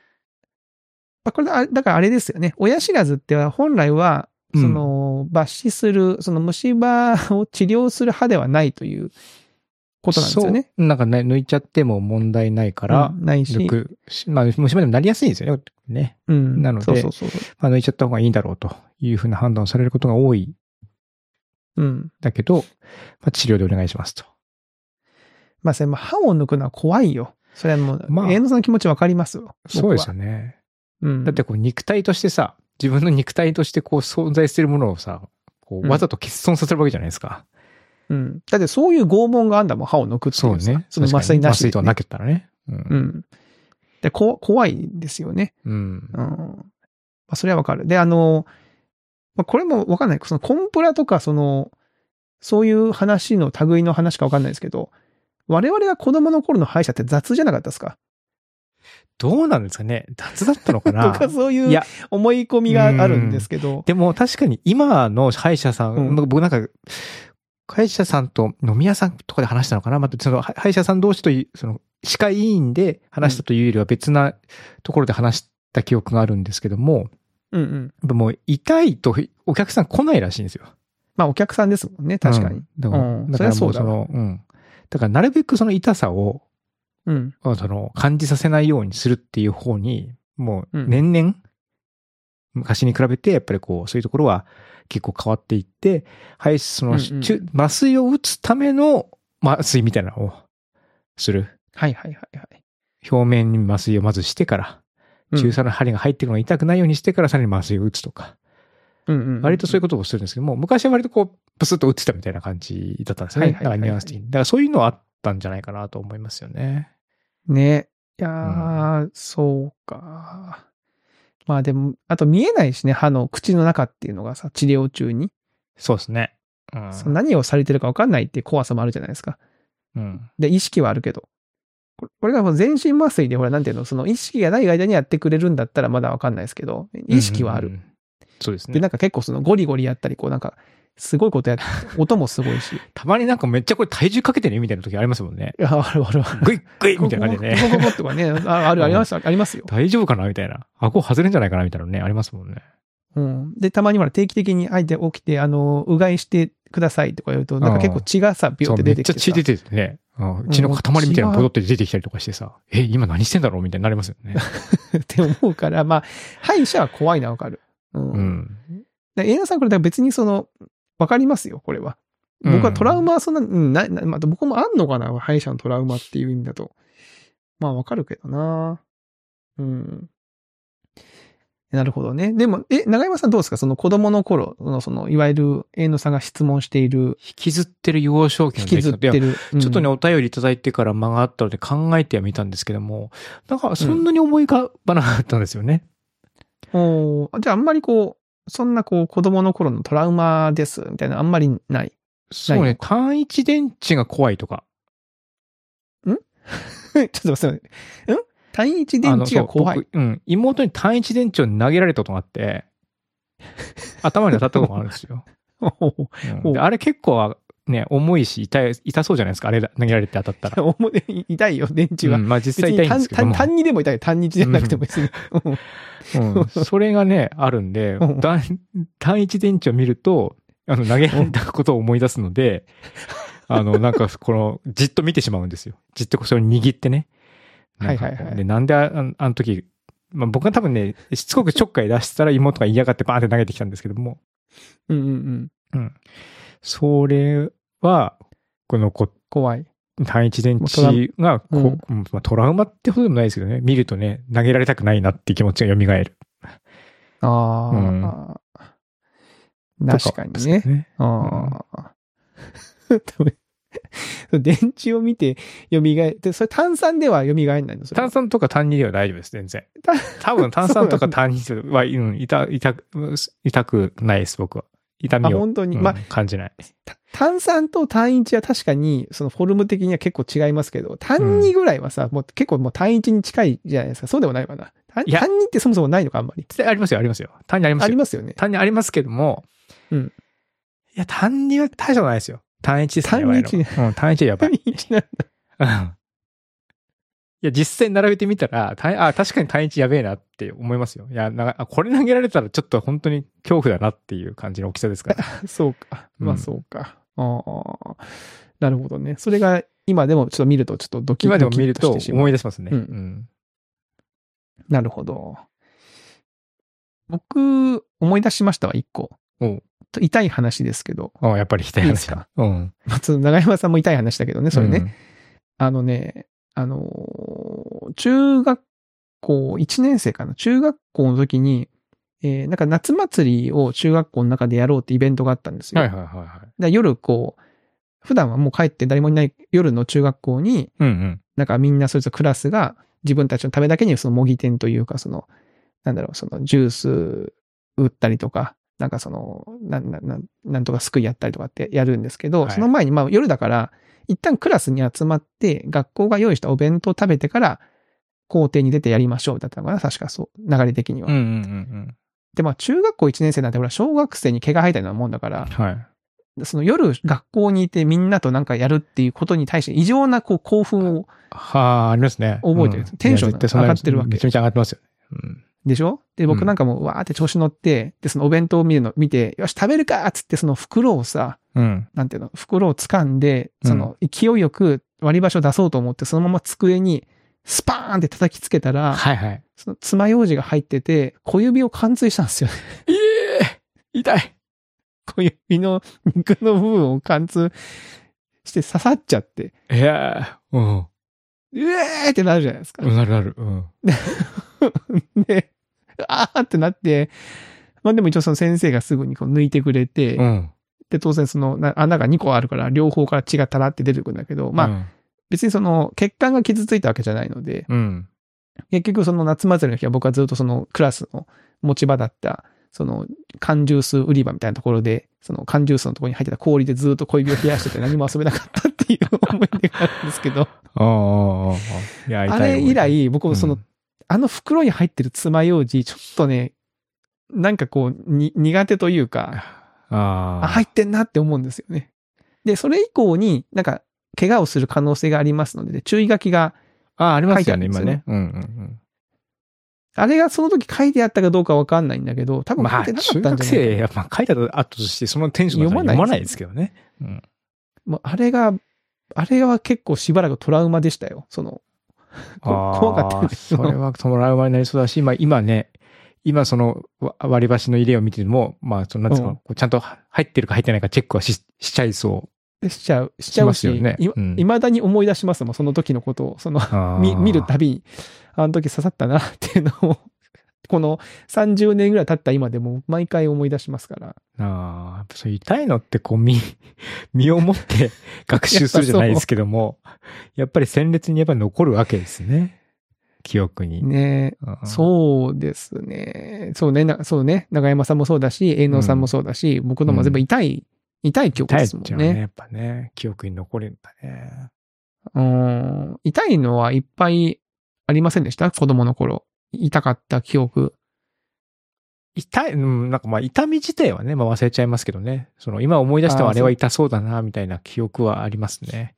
[SPEAKER 2] まあこれ、あだからあれですよね。親知らずっては本来は、
[SPEAKER 1] うん
[SPEAKER 2] その、抜歯する、その虫歯を治療する歯ではないということなんですよね。
[SPEAKER 1] そう。なんかね、抜いちゃっても問題ないから
[SPEAKER 2] う、んない
[SPEAKER 1] 抜
[SPEAKER 2] し。
[SPEAKER 1] くし。まあ、虫歯でもなりやすいんですよね。ね。
[SPEAKER 2] うん。
[SPEAKER 1] なので
[SPEAKER 2] そうそうそう。
[SPEAKER 1] まあ、抜いちゃった方がいいんだろうというふうな判断をされることが多いん
[SPEAKER 2] うん。
[SPEAKER 1] だけど、まあ、治療でお願いしますと。
[SPEAKER 2] まあ、それも歯を抜くのは怖いよ。それはもう、
[SPEAKER 1] まあ
[SPEAKER 2] 永野さんの気持ちわかりますよ。
[SPEAKER 1] そうです
[SPEAKER 2] よ。
[SPEAKER 1] よね。
[SPEAKER 2] うん。
[SPEAKER 1] だって、こう肉体としてさ、自分の肉体としてこう存在してるものをさ、
[SPEAKER 2] う
[SPEAKER 1] こうんわざと欠損させるわけじゃないですか。
[SPEAKER 2] うん。だってそういう拷問があんだもん、歯を抜くっていうさその麻酔なしで、
[SPEAKER 1] 麻酔とはなけったらね。うん
[SPEAKER 2] うん。で、こ、怖いんですよね。
[SPEAKER 1] うん
[SPEAKER 2] うん。まあ、それはわかる。で、あの、まあ、これもわかんない。そのコンプラとか、その、そういう話の類の話かわかんないですけど、我々が子供の頃の歯医者って雑じゃなかったですか
[SPEAKER 1] どうなんですかね雑だった のか
[SPEAKER 2] と
[SPEAKER 1] な
[SPEAKER 2] かそうい
[SPEAKER 1] いうや、
[SPEAKER 2] 思い込みがあるんですけど。
[SPEAKER 1] でも確かに今の歯医者さん、
[SPEAKER 2] うん
[SPEAKER 1] 僕なんか、歯医者さんと飲み屋さんとかで話したのかなまたその歯歯医者さん同士という、その歯科医院で話したというよりは別なところで話した記憶があるんですけども、
[SPEAKER 2] うんうん。
[SPEAKER 1] やっぱもう痛いとお客さん来ないらしいんですよ。
[SPEAKER 2] まあお客さんですもんね、確か
[SPEAKER 1] う
[SPEAKER 2] に
[SPEAKER 1] ん。。だから、
[SPEAKER 2] うん
[SPEAKER 1] だから
[SPEAKER 2] そ
[SPEAKER 1] も
[SPEAKER 2] りゃそうだ
[SPEAKER 1] うその、うん。だからなるべくその痛さを、
[SPEAKER 2] うん。
[SPEAKER 1] あその、感じさせないようにするっていう方に、もう
[SPEAKER 2] うん
[SPEAKER 1] 年々、昔に比べて、やっぱりこう、そういうところは結構変わっていって、はい、その、
[SPEAKER 2] うんうん
[SPEAKER 1] 中麻酔を打つための麻酔みたいなのをする。
[SPEAKER 2] はいはいはいはい。
[SPEAKER 1] 表面に麻酔をまずしてから、
[SPEAKER 2] うん
[SPEAKER 1] 中鎖の針が入ってくるのが痛くないようにしてからさらに麻酔を打つとか、
[SPEAKER 2] うんうん。
[SPEAKER 1] 割とそういう
[SPEAKER 2] こ
[SPEAKER 1] ことをするんですけども、昔は割とこう、プスッと打ってたみたいな感じだったんですよね。
[SPEAKER 2] はい
[SPEAKER 1] だ
[SPEAKER 2] は
[SPEAKER 1] か
[SPEAKER 2] いはいはい
[SPEAKER 1] らニュアンス的に。だからそういうのはあったんじゃないかなと思いますよね。
[SPEAKER 2] と。ね。いやー、そうか。まあでも、あと見えないしね、歯の口の中っていうのがさ、治療中に。
[SPEAKER 1] そうですね。うん
[SPEAKER 2] その何をされてるか分かんないっていう怖さもあるじゃないですか。
[SPEAKER 1] うん。
[SPEAKER 2] で、意識はあるけど。これこれがもう全身麻酔で、ほら、なんていうの、その意識がない間にやってくれるんだったらまだ分かんないですけど、意識はある。
[SPEAKER 1] うんうんうん。そうです
[SPEAKER 2] で、
[SPEAKER 1] ね。
[SPEAKER 2] なんか結構そのゴリゴリやったり、こうなんか、すごいことやって、音もすごいし。
[SPEAKER 1] たまになんかめっちゃこれ体重かけてねみたいな時ありますもんね。
[SPEAKER 2] いや、あるあるある。
[SPEAKER 1] グイッグイみたいな感じで
[SPEAKER 2] ゴゴ
[SPEAKER 1] ね。
[SPEAKER 2] ゴゴゴとかね、あある、あります、ありますよ。
[SPEAKER 1] 大丈夫かなみたいな。顎外れんじゃないかなみたいなのね、ありますもんね。
[SPEAKER 2] うん。で、たまにほら、定期的に相手起きて、あの、うがいしてくださいとか言うと、なんか結構血がさ、ビュ
[SPEAKER 1] そ
[SPEAKER 2] ーっ
[SPEAKER 1] う
[SPEAKER 2] て
[SPEAKER 1] め
[SPEAKER 2] 出
[SPEAKER 1] って
[SPEAKER 2] きて
[SPEAKER 1] ちゃ血出
[SPEAKER 2] さ。
[SPEAKER 1] ててね。うん
[SPEAKER 2] ん
[SPEAKER 1] 血の塊みたいなの
[SPEAKER 2] 血は
[SPEAKER 1] ボドって出てきたりとかしてさ、え、今何してんだろうみたいになりますよね。
[SPEAKER 2] って思うから、まあ、歯医者は怖いな、わかる。うん。
[SPEAKER 1] うん。
[SPEAKER 2] で、エイナさんこれ、だから別にその、わかりますよ、これは。僕はトラウマはそんな、うん、ない、ないまあ、僕もあんのかな、歯医者のトラウマっていう意味だと。まあ、わかるけどな。うん。なるほどね。でも、え、長山さんどうですかその子供の頃の、その、いわゆる、エイノさんが質問している、
[SPEAKER 1] 引きずってる幼少期
[SPEAKER 2] 引
[SPEAKER 1] の
[SPEAKER 2] きずってる。
[SPEAKER 1] ちょっとね、
[SPEAKER 2] うん
[SPEAKER 1] お便りいただいてから間があったので考えてはみたんですけども、なんかそんなに思い浮かばなかったんですよね。
[SPEAKER 2] おーじゃあ、あんまりこう、そんなこう、子供の頃のトラウマです、みたいな、あんまりない。
[SPEAKER 1] そうね、単一電池が怖いとか。
[SPEAKER 2] ちょっとすいません。ん単一電池が怖
[SPEAKER 1] あの
[SPEAKER 2] い。
[SPEAKER 1] そう僕うん。妹に単一電池を投げられたことがあって、 頭に当たったことがあるんですよ。 うん
[SPEAKER 2] おう
[SPEAKER 1] であれ結構ね、重いし痛い、痛そうじゃないですか。あれ投げられて当たったら。
[SPEAKER 2] おも痛いよ、電池
[SPEAKER 1] う
[SPEAKER 2] は。
[SPEAKER 1] ん、まあ実際痛いんですけど
[SPEAKER 2] 単
[SPEAKER 1] も。
[SPEAKER 2] 単にでも痛い。単日じゃなくても別に。うん
[SPEAKER 1] うん、 それがね、あるんで
[SPEAKER 2] う、ん
[SPEAKER 1] 単単一電池を見ると、あの、投げられたことを思い出すので、あの、なんか、この、じっと見てしまうんですよ。じっとこうそれを握ってね。なんか
[SPEAKER 2] はい
[SPEAKER 1] こう
[SPEAKER 2] はいはい
[SPEAKER 1] で、なんであ、あのあの時、まあ僕が多分ね、しつこくちょっかい出してたら妹が嫌がってバーンって投げてきたんですけども、
[SPEAKER 2] うんうんうん。
[SPEAKER 1] うん。それは、このこ、
[SPEAKER 2] 怖い。
[SPEAKER 1] 単一電池がこ
[SPEAKER 2] もう
[SPEAKER 1] う、うんまあトラウマってほどでもないですけどね、見るとね、投げられたくないなって気持ちが蘇る。
[SPEAKER 2] ああ。確かにね。
[SPEAKER 1] ね。
[SPEAKER 2] ああ。 ダメ電池を見て蘇って、それ炭酸では蘇らないのそれ
[SPEAKER 1] 炭酸とか単二では大丈夫です、全 然
[SPEAKER 2] た。
[SPEAKER 1] 多分炭酸とか単二では、うん、痛、痛く、痛くないです、僕は。痛
[SPEAKER 2] あ、
[SPEAKER 1] みを、
[SPEAKER 2] 本当に。
[SPEAKER 1] うん
[SPEAKER 2] まあ、
[SPEAKER 1] 感じない。
[SPEAKER 2] た炭酸と単一は確かに、そのフォルム的には結構違いますけど、単二ぐらいはさ、もう結構もう単一に近いじゃないですか。そうでもないかな。単
[SPEAKER 1] いや
[SPEAKER 2] 単二ってそもそもないのか、あんまり。
[SPEAKER 1] でありますよ、ありますよ。単二ありま
[SPEAKER 2] あ
[SPEAKER 1] す
[SPEAKER 2] り
[SPEAKER 1] よ。
[SPEAKER 2] ますよね。
[SPEAKER 1] 単二ありますけども。
[SPEAKER 2] うん
[SPEAKER 1] いや、単二は大したことないですよ。単一ですね。
[SPEAKER 2] 単一
[SPEAKER 1] 我々のうん、単一はやば い。
[SPEAKER 2] 単一なん
[SPEAKER 1] うんいや、実際に並べてみたら、単あ、確かに単一やべえなって思いますよ。いや、なんかあこれ投げられたらちょっと本当に恐怖だなっていう感じ の大きさですから。
[SPEAKER 2] そうか。ま
[SPEAKER 1] う
[SPEAKER 2] あ
[SPEAKER 1] ん
[SPEAKER 2] そうか。ああ。なるほどね。それが今でもちょっと見るとちょっとドキドキ
[SPEAKER 1] 今でも見ると
[SPEAKER 2] してしまう
[SPEAKER 1] 思い出しますね。
[SPEAKER 2] う
[SPEAKER 1] うんん。
[SPEAKER 2] なるほど。僕、思い出しましたわ、一個。
[SPEAKER 1] おう
[SPEAKER 2] と痛い話ですけど。
[SPEAKER 1] ああ、やっぱり痛い
[SPEAKER 2] いいで
[SPEAKER 1] 話
[SPEAKER 2] すか
[SPEAKER 1] だ。うん。
[SPEAKER 2] まあその長山さんも痛い話だけどね、それね。
[SPEAKER 1] うん。
[SPEAKER 2] あのね、あのー中学校、1年生かな。中学校の時に、えーなんか夏祭りを中学校の中でやろうってイベントがあったんですよ。
[SPEAKER 1] はいはいはいはい。
[SPEAKER 2] で夜こう、普段はもう帰って誰もいない夜の中学校に、
[SPEAKER 1] うんうん。
[SPEAKER 2] なんかみんなそれぞれクラスが自分たちのためだけにその模擬店というか、その、なんだろう、そのジュース売ったりとか、なんかその、なんなんなんなんとかすくいやったりとかってやるんですけど、
[SPEAKER 1] はい
[SPEAKER 2] その前にまあ夜だから、一旦クラスに集まって、学校が用意したお弁当を食べてから、校庭に出てやりましょうだったのかな、確かそう、流れ的には。
[SPEAKER 1] うんうんうん
[SPEAKER 2] で、まあ中学校1年生なんてほら、小学生に毛が生えたようなもんだから
[SPEAKER 1] うん。、はい。
[SPEAKER 2] その夜学校にいてみんなとなんかやるっていうことに対して異常なこう興奮を、
[SPEAKER 1] はあ、ありますね。
[SPEAKER 2] 覚えてる
[SPEAKER 1] うん
[SPEAKER 2] テンション
[SPEAKER 1] いや絶対そんな
[SPEAKER 2] 上がってるわけ
[SPEAKER 1] めちゃめちゃ上がってますよね。うん。
[SPEAKER 2] でしょで、
[SPEAKER 1] う
[SPEAKER 2] 僕
[SPEAKER 1] ん
[SPEAKER 2] なんかもうわーって調子乗って、で、そのお弁当を見るの、見て、よし、食べるかーっつって、その袋をさ、
[SPEAKER 1] うん。
[SPEAKER 2] なんていうの、袋を掴んで、その勢いよく割り箸を出そうと思って、そのまま机にスパーンって叩きつけたら、
[SPEAKER 1] はいはい。
[SPEAKER 2] その爪楊枝が入ってて、小指を貫通したんですよ。
[SPEAKER 1] ええ痛い
[SPEAKER 2] 小指の肉の部分を貫通して刺さっちゃって、
[SPEAKER 1] いやーうん。
[SPEAKER 2] うえーってなるじゃないですか。
[SPEAKER 1] なるなる。うん。
[SPEAKER 2] で、あーってなって、まあでも一応その先生がすぐにこう抜いてくれて、
[SPEAKER 1] うん。
[SPEAKER 2] で、当然そのな穴が2個あるから、両方から血がたらって出てくるんだけど、まあ、
[SPEAKER 1] あ、
[SPEAKER 2] 別にその血管が傷ついたわけじゃないので、
[SPEAKER 1] うん。
[SPEAKER 2] 結局その夏祭りの日は僕はずっとそのクラスの持ち場だった、その缶ジュース売り場みたいなところで、その缶ジュースのところに入ってた氷でずっと小指を冷やしてて何も遊べなかったっていう思い出があるんですけど、
[SPEAKER 1] ああ、ああ、いや、痛
[SPEAKER 2] あ
[SPEAKER 1] い
[SPEAKER 2] れ以、来僕
[SPEAKER 1] う
[SPEAKER 2] も
[SPEAKER 1] ん
[SPEAKER 2] その、、あの袋に入ってる爪楊枝、ちょっとね、なんかこうに苦手というか、
[SPEAKER 1] あ
[SPEAKER 2] あ、
[SPEAKER 1] あ。
[SPEAKER 2] 入ってんなって思うんですよね。で、それ以降に、なんか、怪我をする可能性がありますので、注意書きが、
[SPEAKER 1] ああ、ありますよね、
[SPEAKER 2] 書いてあ
[SPEAKER 1] 今
[SPEAKER 2] るんですよね
[SPEAKER 1] ね。うんうん
[SPEAKER 2] あれがその時書いてあったかどうかわかんないんだけど、多
[SPEAKER 1] うん。
[SPEAKER 2] 分書
[SPEAKER 1] ま
[SPEAKER 2] い
[SPEAKER 1] あ、
[SPEAKER 2] てなかった
[SPEAKER 1] 中
[SPEAKER 2] んじゃないか
[SPEAKER 1] 学生、やっぱ書いた後として、そのテンションだったら
[SPEAKER 2] 読
[SPEAKER 1] 読
[SPEAKER 2] ま
[SPEAKER 1] ま
[SPEAKER 2] な
[SPEAKER 1] ないい
[SPEAKER 2] で
[SPEAKER 1] ですすけどね。うん。
[SPEAKER 2] もうあれが、あれは結構しばらくトラウマでしたよ。その、こ怖かったん
[SPEAKER 1] あ
[SPEAKER 2] だ
[SPEAKER 1] あ
[SPEAKER 2] けど
[SPEAKER 1] それはトラウマになりそうだし、まあ今ね、今そのわ割り箸の入れを見ても、まあ、そのなんつう
[SPEAKER 2] うん
[SPEAKER 1] の、こうちゃんと入ってるか入ってないかチェックはししちゃいそう。
[SPEAKER 2] しちゃう、しちゃう
[SPEAKER 1] します
[SPEAKER 2] し、
[SPEAKER 1] よね
[SPEAKER 2] い
[SPEAKER 1] うん
[SPEAKER 2] いまだに思い出しますもん、その時のことを。その、見見るたびに、あの時刺さったなっていうのを、 この30年ぐらい経った今でも毎回思い出しますから。
[SPEAKER 1] ああ、やっぱそう痛いのってこう身、 身をもって 学習するじゃないですけども、やっぱり鮮烈にやっぱり残るわけですね。記憶に。
[SPEAKER 2] ねえ
[SPEAKER 1] うん
[SPEAKER 2] そうですね。そうね。なそうね。長山さんもそうだし、営農さんもそうだし、僕のも全部痛い、痛い記憶
[SPEAKER 1] 痛い
[SPEAKER 2] で
[SPEAKER 1] っ
[SPEAKER 2] すもん
[SPEAKER 1] ちゃうね。
[SPEAKER 2] ね。
[SPEAKER 1] やっぱね、記憶に残るんだね。
[SPEAKER 2] うん。痛いのはいっぱいありませんでした子供の頃。痛かった記憶。
[SPEAKER 1] 痛い、うん、なんかまあ痛み自体はね、まあ忘れちゃいますけどね。その今思い出しても
[SPEAKER 2] あー
[SPEAKER 1] あれは痛そうだな、みたいな記憶はありますね。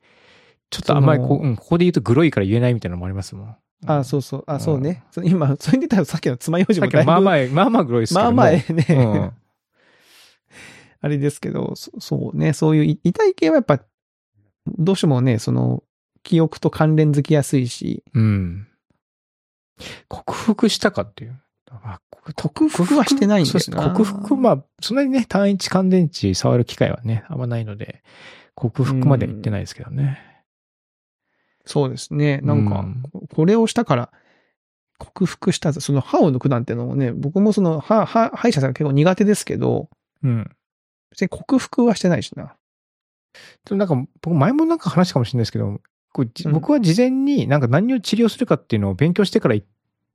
[SPEAKER 1] ちょっとあんまりこ、
[SPEAKER 2] そう
[SPEAKER 1] うん、ここで言うとグロいから言えないみたいなのもありますもん。
[SPEAKER 2] あ、
[SPEAKER 1] う
[SPEAKER 2] そ
[SPEAKER 1] ん。
[SPEAKER 2] うそう。あ、
[SPEAKER 1] ん
[SPEAKER 2] そうね。そ今、それで言ったらさっきの爪楊枝
[SPEAKER 1] さ
[SPEAKER 2] も
[SPEAKER 1] っき
[SPEAKER 2] だい
[SPEAKER 1] の
[SPEAKER 2] ぶ、
[SPEAKER 1] まあ
[SPEAKER 2] ま
[SPEAKER 1] ま
[SPEAKER 2] あ
[SPEAKER 1] あ、まあまあグロいですけど
[SPEAKER 2] まあ
[SPEAKER 1] も。
[SPEAKER 2] ね、
[SPEAKER 1] うん。
[SPEAKER 2] あれですけど、そそうね。そういうい痛い系はやっぱ、どうしてもね、その、記憶と関連づきやすいし、
[SPEAKER 1] うん。克服したかっていう。あ克
[SPEAKER 2] 克服はしてないんだよな
[SPEAKER 1] そうですね。克服、まあ、そんなにね、単一乾電池触る機会はね、あんまないので、克服までは行ってないですけどね。
[SPEAKER 2] そうですね。なんか、
[SPEAKER 1] うん
[SPEAKER 2] ここれをしたから、克服したぞその歯を抜くなんてのもね、僕もその歯、歯、歯医者さんが結構苦手ですけど、
[SPEAKER 1] うん。
[SPEAKER 2] 別に克服はしてないしな。
[SPEAKER 1] でもなんか、僕、前もなんか話したかもしれないですけど、こうじ
[SPEAKER 2] うん
[SPEAKER 1] 僕は事前になんか何を治療するかっていうのを勉強してから行っ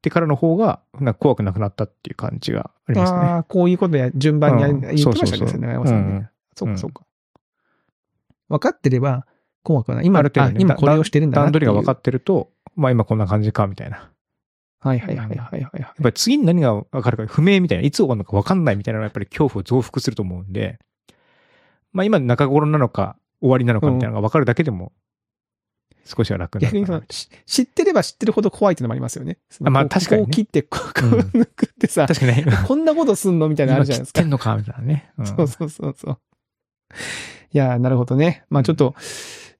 [SPEAKER 1] てからの方が、なんか怖くなくなったっていう感じがありますね。
[SPEAKER 2] ああ、こういうことや、順番にやる、
[SPEAKER 1] うん
[SPEAKER 2] 言ってましたね、
[SPEAKER 1] そうそうそう
[SPEAKER 2] 長山さん
[SPEAKER 1] うんう
[SPEAKER 2] ね
[SPEAKER 1] ん。
[SPEAKER 2] そう
[SPEAKER 1] う
[SPEAKER 2] か、
[SPEAKER 1] ん
[SPEAKER 2] そうか。分かってれば、怖くはない。今、
[SPEAKER 1] ある程度ね
[SPEAKER 2] あ今これをしてるんだな
[SPEAKER 1] 段
[SPEAKER 2] ってい
[SPEAKER 1] 取り
[SPEAKER 2] う。
[SPEAKER 1] が分かってると、まあ今こんな感じか、みたいな。
[SPEAKER 2] はいはいはいはいはいはい。
[SPEAKER 1] やっぱり次に何が分かるか不明みたいな、いつ終わるのか分かんないみたいなのがやっぱり恐怖を増幅すると思うんで、まあ今中頃なのか終わりなのかみたいなのが分かるだけでも、少しは楽にな
[SPEAKER 2] 逆
[SPEAKER 1] る
[SPEAKER 2] にそ
[SPEAKER 1] かな
[SPEAKER 2] の、し知ってれば知ってるほど怖いってのもありますよね。その
[SPEAKER 1] あまあ
[SPEAKER 2] こう
[SPEAKER 1] 確かにね
[SPEAKER 2] こう切って、こうこう抜くってさ、
[SPEAKER 1] 確かにね、
[SPEAKER 2] こんなことすんのみたいなのある
[SPEAKER 1] 今
[SPEAKER 2] じゃないで
[SPEAKER 1] 切っ
[SPEAKER 2] すか
[SPEAKER 1] て。んのかみたいなね。うん
[SPEAKER 2] そうそうそうそう。いやー、なるほどね。まあちょっと、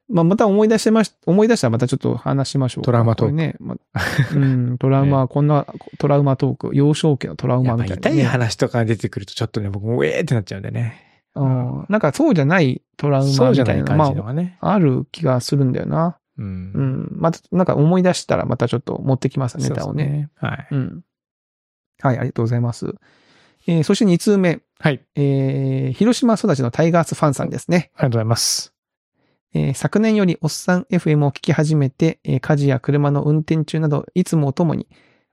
[SPEAKER 2] まあ、また思い出してまし、思い出したらまたちょっと話しましょうか。
[SPEAKER 1] トラウマトーク
[SPEAKER 2] これね、ま あうん、トラウマ、こんなトラウマトーク、幼少期のトラウ
[SPEAKER 1] や
[SPEAKER 2] マ
[SPEAKER 1] っ
[SPEAKER 2] み
[SPEAKER 1] ぱ
[SPEAKER 2] たいな、ね。
[SPEAKER 1] 痛い話とか出てくるとちょっとね、僕もうえーってなっちゃうんでね。
[SPEAKER 2] うんなんかそうじゃないトラウマみたいな。
[SPEAKER 1] そうじゃない感じの
[SPEAKER 2] ま
[SPEAKER 1] がね。
[SPEAKER 2] あ、ある気がするんだよな。
[SPEAKER 1] う。
[SPEAKER 2] うんん。また、なんか思い出したらまたちょっと持ってきます、ネタをね。う
[SPEAKER 1] そうです。はい。
[SPEAKER 2] ん。はい、ありがとうございます。えーそして2通目。
[SPEAKER 1] はい。あり
[SPEAKER 2] えー広島育ちのタイガースファンさんですね。
[SPEAKER 1] がとうございます。
[SPEAKER 2] えー昨年よりおっさん FM を聞き始めて、えー家事や車の運転中など、いつもおともに、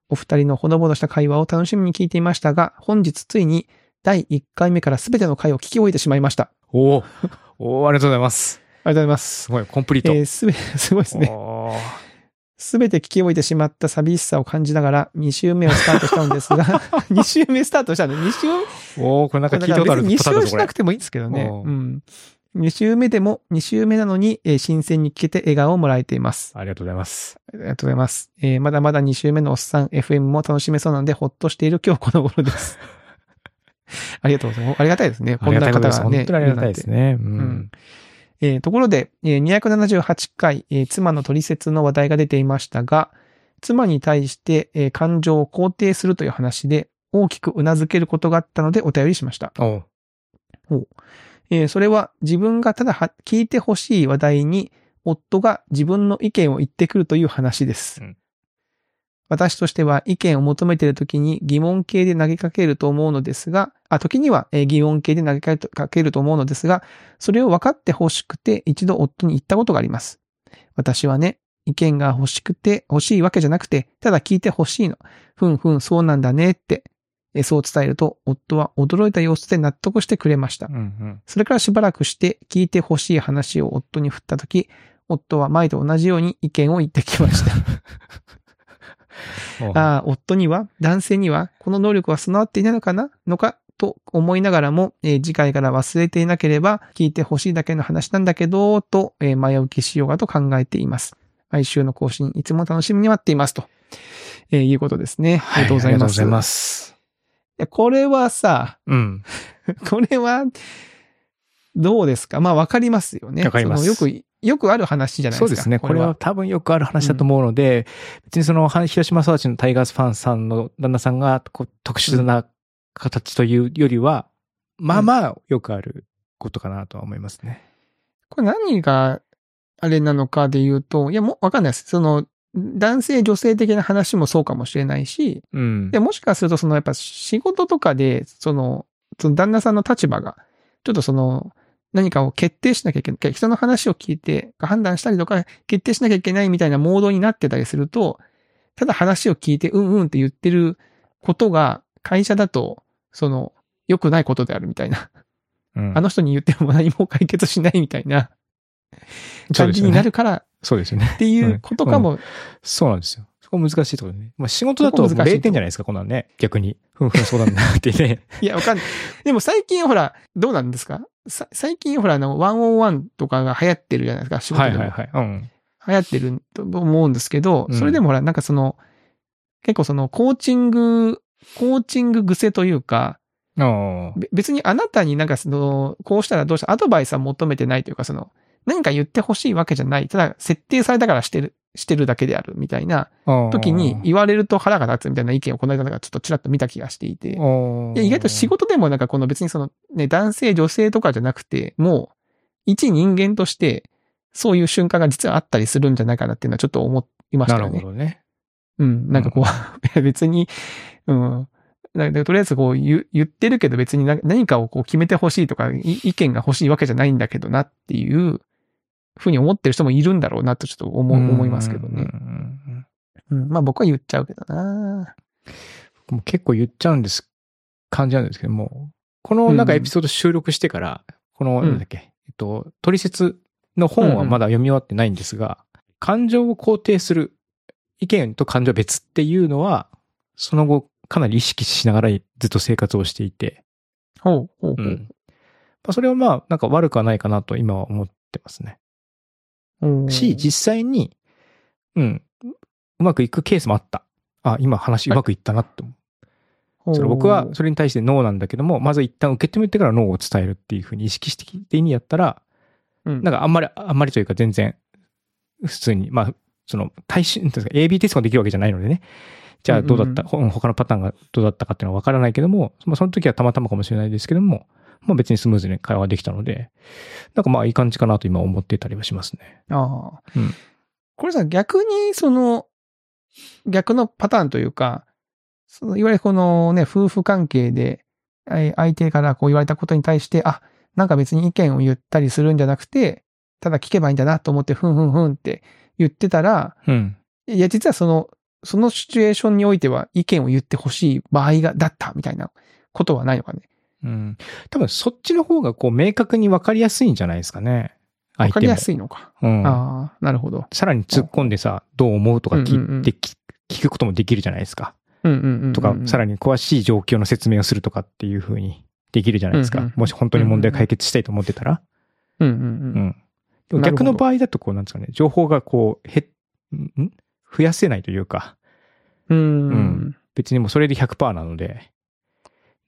[SPEAKER 2] お二人のほのぼのした会話を楽しみに聞いていましたが、本日ついに第1回目から全ての回を聞き終えてしまいました。
[SPEAKER 1] おーおーありがとうございます。
[SPEAKER 2] ありがとうございます
[SPEAKER 1] す。ごい、コンプリー
[SPEAKER 2] え
[SPEAKER 1] ト。
[SPEAKER 2] ーすべ、 すごいですね。
[SPEAKER 1] おー
[SPEAKER 2] すべて聞き終えてしまった寂しさを感じながら、2週目をスタートしたのです が、2週目スタートしたの ?2 週
[SPEAKER 1] おーこれなんか聞いたことある
[SPEAKER 2] 2
[SPEAKER 1] パターン
[SPEAKER 2] 週
[SPEAKER 1] だぞこ
[SPEAKER 2] し
[SPEAKER 1] れ
[SPEAKER 2] なくてもいいんですけどね。
[SPEAKER 1] うん
[SPEAKER 2] うん。2週目でも、2週目なのに、えー新鮮に聞けて笑顔をもらえています。
[SPEAKER 1] ありがとうございます。
[SPEAKER 2] ありがとうございます。えーまだまだ2週目のおっさん FM も楽しめそうなので、ほっとしている今日この頃です。 ありがとうございます。ありがたいですね。
[SPEAKER 1] あ
[SPEAKER 2] こん
[SPEAKER 1] り
[SPEAKER 2] な
[SPEAKER 1] がたいこ
[SPEAKER 2] 方
[SPEAKER 1] とです。
[SPEAKER 2] がね。
[SPEAKER 1] 本当にありがたいですね。う
[SPEAKER 2] るなん
[SPEAKER 1] ん。
[SPEAKER 2] えーところで、えー278回、えー妻の取説の話題が出ていましたが、妻に対して、えー感情を肯定するという話で、大きく頷けることがあったのでお便りしました。
[SPEAKER 1] おう
[SPEAKER 2] えーそれは自分がただは聞いてほしい話題に、夫が自分の意見を言ってくるという話です。
[SPEAKER 1] うん
[SPEAKER 2] 私としては意見を求めているときに疑問形で投げかけると思うのですが、あ、時には、えー疑問形で投げかけかけると思うのですが、それを分かってほしくて一度夫に言ったことがあります。私はね、意見が欲しくて、欲しいわけじゃなくて、ただ聞いてほしいの。ふんふん、そうなんだねって。えーそう伝えると、夫は驚いた様子で納得してくれました
[SPEAKER 1] う。んうん。
[SPEAKER 2] それからしばらくして聞いてほしい話を夫に振ったとき、夫は前と同じように意見を言ってきました。
[SPEAKER 1] おう
[SPEAKER 2] ああ、夫には、男性には、この能力は備わっていないのかなのかと思いながらも、えー次回から忘れていなければ、聞いてほしいだけの話なんだけど、と、えー前置きしようかと考えています。毎週の更新、いつも楽しみに待っています。と、えーいうことですね。
[SPEAKER 1] はいありがとうございます。す。
[SPEAKER 2] いやこれはさ、
[SPEAKER 1] うん。
[SPEAKER 2] これは、どうですかまあ、わかりますよね。
[SPEAKER 1] わかります
[SPEAKER 2] そのよく、よくある話じゃない
[SPEAKER 1] そ
[SPEAKER 2] で
[SPEAKER 1] う
[SPEAKER 2] す
[SPEAKER 1] で
[SPEAKER 2] か。
[SPEAKER 1] すね。これは。多分よくある話だと思うので、別にそのは広島育ちのタイガースファンさんの旦那さんがこう特殊な形というよりは、まあまあよくあることかなとは思いますね。
[SPEAKER 2] これ何が、あれなのかで言うと、いや、もうわかんないです。その、男性、女性的な話もそうかもしれないし、
[SPEAKER 1] うん
[SPEAKER 2] でもしかすると、その、やっぱ仕事とかで、その、その旦那さんの立場が、ちょっとその、何かを決定しなきゃいけない。人の話を聞いて、判断したりとか、決定しなきゃいけないみたいなモードになってたりすると、ただ話を聞いて、うんうんって言ってることが、会社だと、その、良くないことであるみたいな。
[SPEAKER 1] うん
[SPEAKER 2] あの人に言っても何も解決しないみたいな
[SPEAKER 1] そう
[SPEAKER 2] 感
[SPEAKER 1] です
[SPEAKER 2] じ
[SPEAKER 1] よ
[SPEAKER 2] にな
[SPEAKER 1] ね。
[SPEAKER 2] るから
[SPEAKER 1] そうですよね。
[SPEAKER 2] っていうことかも、
[SPEAKER 1] そうなんですよ。そこ難しいところね。まあ仕事だと
[SPEAKER 2] そこ
[SPEAKER 1] も
[SPEAKER 2] 難
[SPEAKER 1] う
[SPEAKER 2] しいとこ
[SPEAKER 1] 0点じゃないですか、こんなんね。逆に。ふんふんそうだなってね。
[SPEAKER 2] いや、わかんない。でも最近ほら、どうなんですかさ最近ほら、あの、ワンオンワンとかが流行ってるじゃないですか、仕事
[SPEAKER 1] は
[SPEAKER 2] で
[SPEAKER 1] い
[SPEAKER 2] も。
[SPEAKER 1] はいはい。うん。
[SPEAKER 2] 流行ってると思うんですけど、
[SPEAKER 1] うん
[SPEAKER 2] それでもほら、なんかその、結構その、コーチング、コーチング癖というか、
[SPEAKER 1] ああ
[SPEAKER 2] べ別にあなたになんかその、こうしたらどうしたアドバイスは求めてないというか、その、何か言ってほしいわけじゃない。ただ、設定されたからしてる、してるだけであるみたいな
[SPEAKER 1] ああ。
[SPEAKER 2] 時に言われると腹が立つみたいな意見をこの間なんかちょっとちらっと見た気がしていて。い
[SPEAKER 1] い
[SPEAKER 2] や、意外と仕事でもなんかこの別にそのね、男性、女性とかじゃなくて、もう、一人間として、そういう瞬間が実はあったりするんじゃないかなっていうのはちょっと思いました
[SPEAKER 1] な
[SPEAKER 2] よ
[SPEAKER 1] る
[SPEAKER 2] ね。
[SPEAKER 1] ほどね。
[SPEAKER 2] うん。なんかこう、いや 別に、うん。なんかとりあえずこう言う言ってるけど別にな何かをこう決めてほしいとかい意見が欲しいわけじゃないんだけどなっていうふうに思ってる人もいるんだろうなとちょっと思う思いますけど
[SPEAKER 1] うんうん
[SPEAKER 2] ね。
[SPEAKER 1] うんうん
[SPEAKER 2] うん、まあ僕は言っちゃうけどな。
[SPEAKER 1] もう結構言っちゃうんです、感じなんですけども、このなんかエピソード収録してから、この、
[SPEAKER 2] うん
[SPEAKER 1] なんだっけ、えっと、トリセツの本はまだ読み終わってないんですが、感情を肯定する、意見と感情は別っていうのは、その後かなり意識しながらずっと生活をしていて、
[SPEAKER 2] ほうほう
[SPEAKER 1] う
[SPEAKER 2] ほ
[SPEAKER 1] ん。まあ、それはまあ、なんか悪くはないかなと今は思ってますね。
[SPEAKER 2] う。うん
[SPEAKER 1] し、実際に、うん、うまくいくケースもあった。あ、今話うまくいったなって思うそれ僕はそれに対してノーなんだけども、まず一旦受け止めてからノーを伝えるっていうふうに意識してにやったら、
[SPEAKER 2] うん。
[SPEAKER 1] なん
[SPEAKER 2] か、
[SPEAKER 1] かあんまり、あんまりというか全然、普通に、まあ、その、対象、なんていうんですか AB テストができるわけじゃないのでね。じゃあどうだった、ほ他のパターンがどうだったかっていうのはわからないけども、まあその時はたまたまかもしれないですけども、まあ別にスムーズに会話ができたので、なんかまあいい感じかなと今思ってたりはしますね。
[SPEAKER 2] ああ。
[SPEAKER 1] うん
[SPEAKER 2] これさ、逆に、その、逆のパターンというか、そのいわゆるこのね、夫婦関係で、えー相手からこう言われたことに対して、あ、なんか別に意見を言ったりするんじゃなくて、ただ聞けばいいんだなと思って、ふんふんふんって言ってたら、
[SPEAKER 1] うん。
[SPEAKER 2] いや、実はその、そのシチュエーションにおいては意見を言ってほしい場合が、だったみたいなことはないのかね。
[SPEAKER 1] うん。多分そっちの方がこう明確にわかりやすいんじゃないですかね。
[SPEAKER 2] わかりや
[SPEAKER 1] い。
[SPEAKER 2] すいのか。
[SPEAKER 1] うん。
[SPEAKER 2] ああ、なるほど。
[SPEAKER 1] さらに突っ込んでさ、どう思うとか
[SPEAKER 2] うんうんう
[SPEAKER 1] 聞
[SPEAKER 2] ん
[SPEAKER 1] いて、き聞くこともできるじゃないですか。
[SPEAKER 2] うんうんうんうん、
[SPEAKER 1] とか、さ
[SPEAKER 2] ら
[SPEAKER 1] らに詳しい状況の説明をするとかっていう風にできるじゃないです
[SPEAKER 2] うんう
[SPEAKER 1] か
[SPEAKER 2] ん。
[SPEAKER 1] もし本当に問題を解決したいと思ってたら。
[SPEAKER 2] に。うん
[SPEAKER 1] う
[SPEAKER 2] うんうん。
[SPEAKER 1] ん。でも
[SPEAKER 2] なるほ
[SPEAKER 1] 逆
[SPEAKER 2] ど
[SPEAKER 1] の場合だと、こう、なんですかね、情報がこう、へ、んん増やせないというか、
[SPEAKER 2] うん。
[SPEAKER 1] う別にもうそれで100%なので、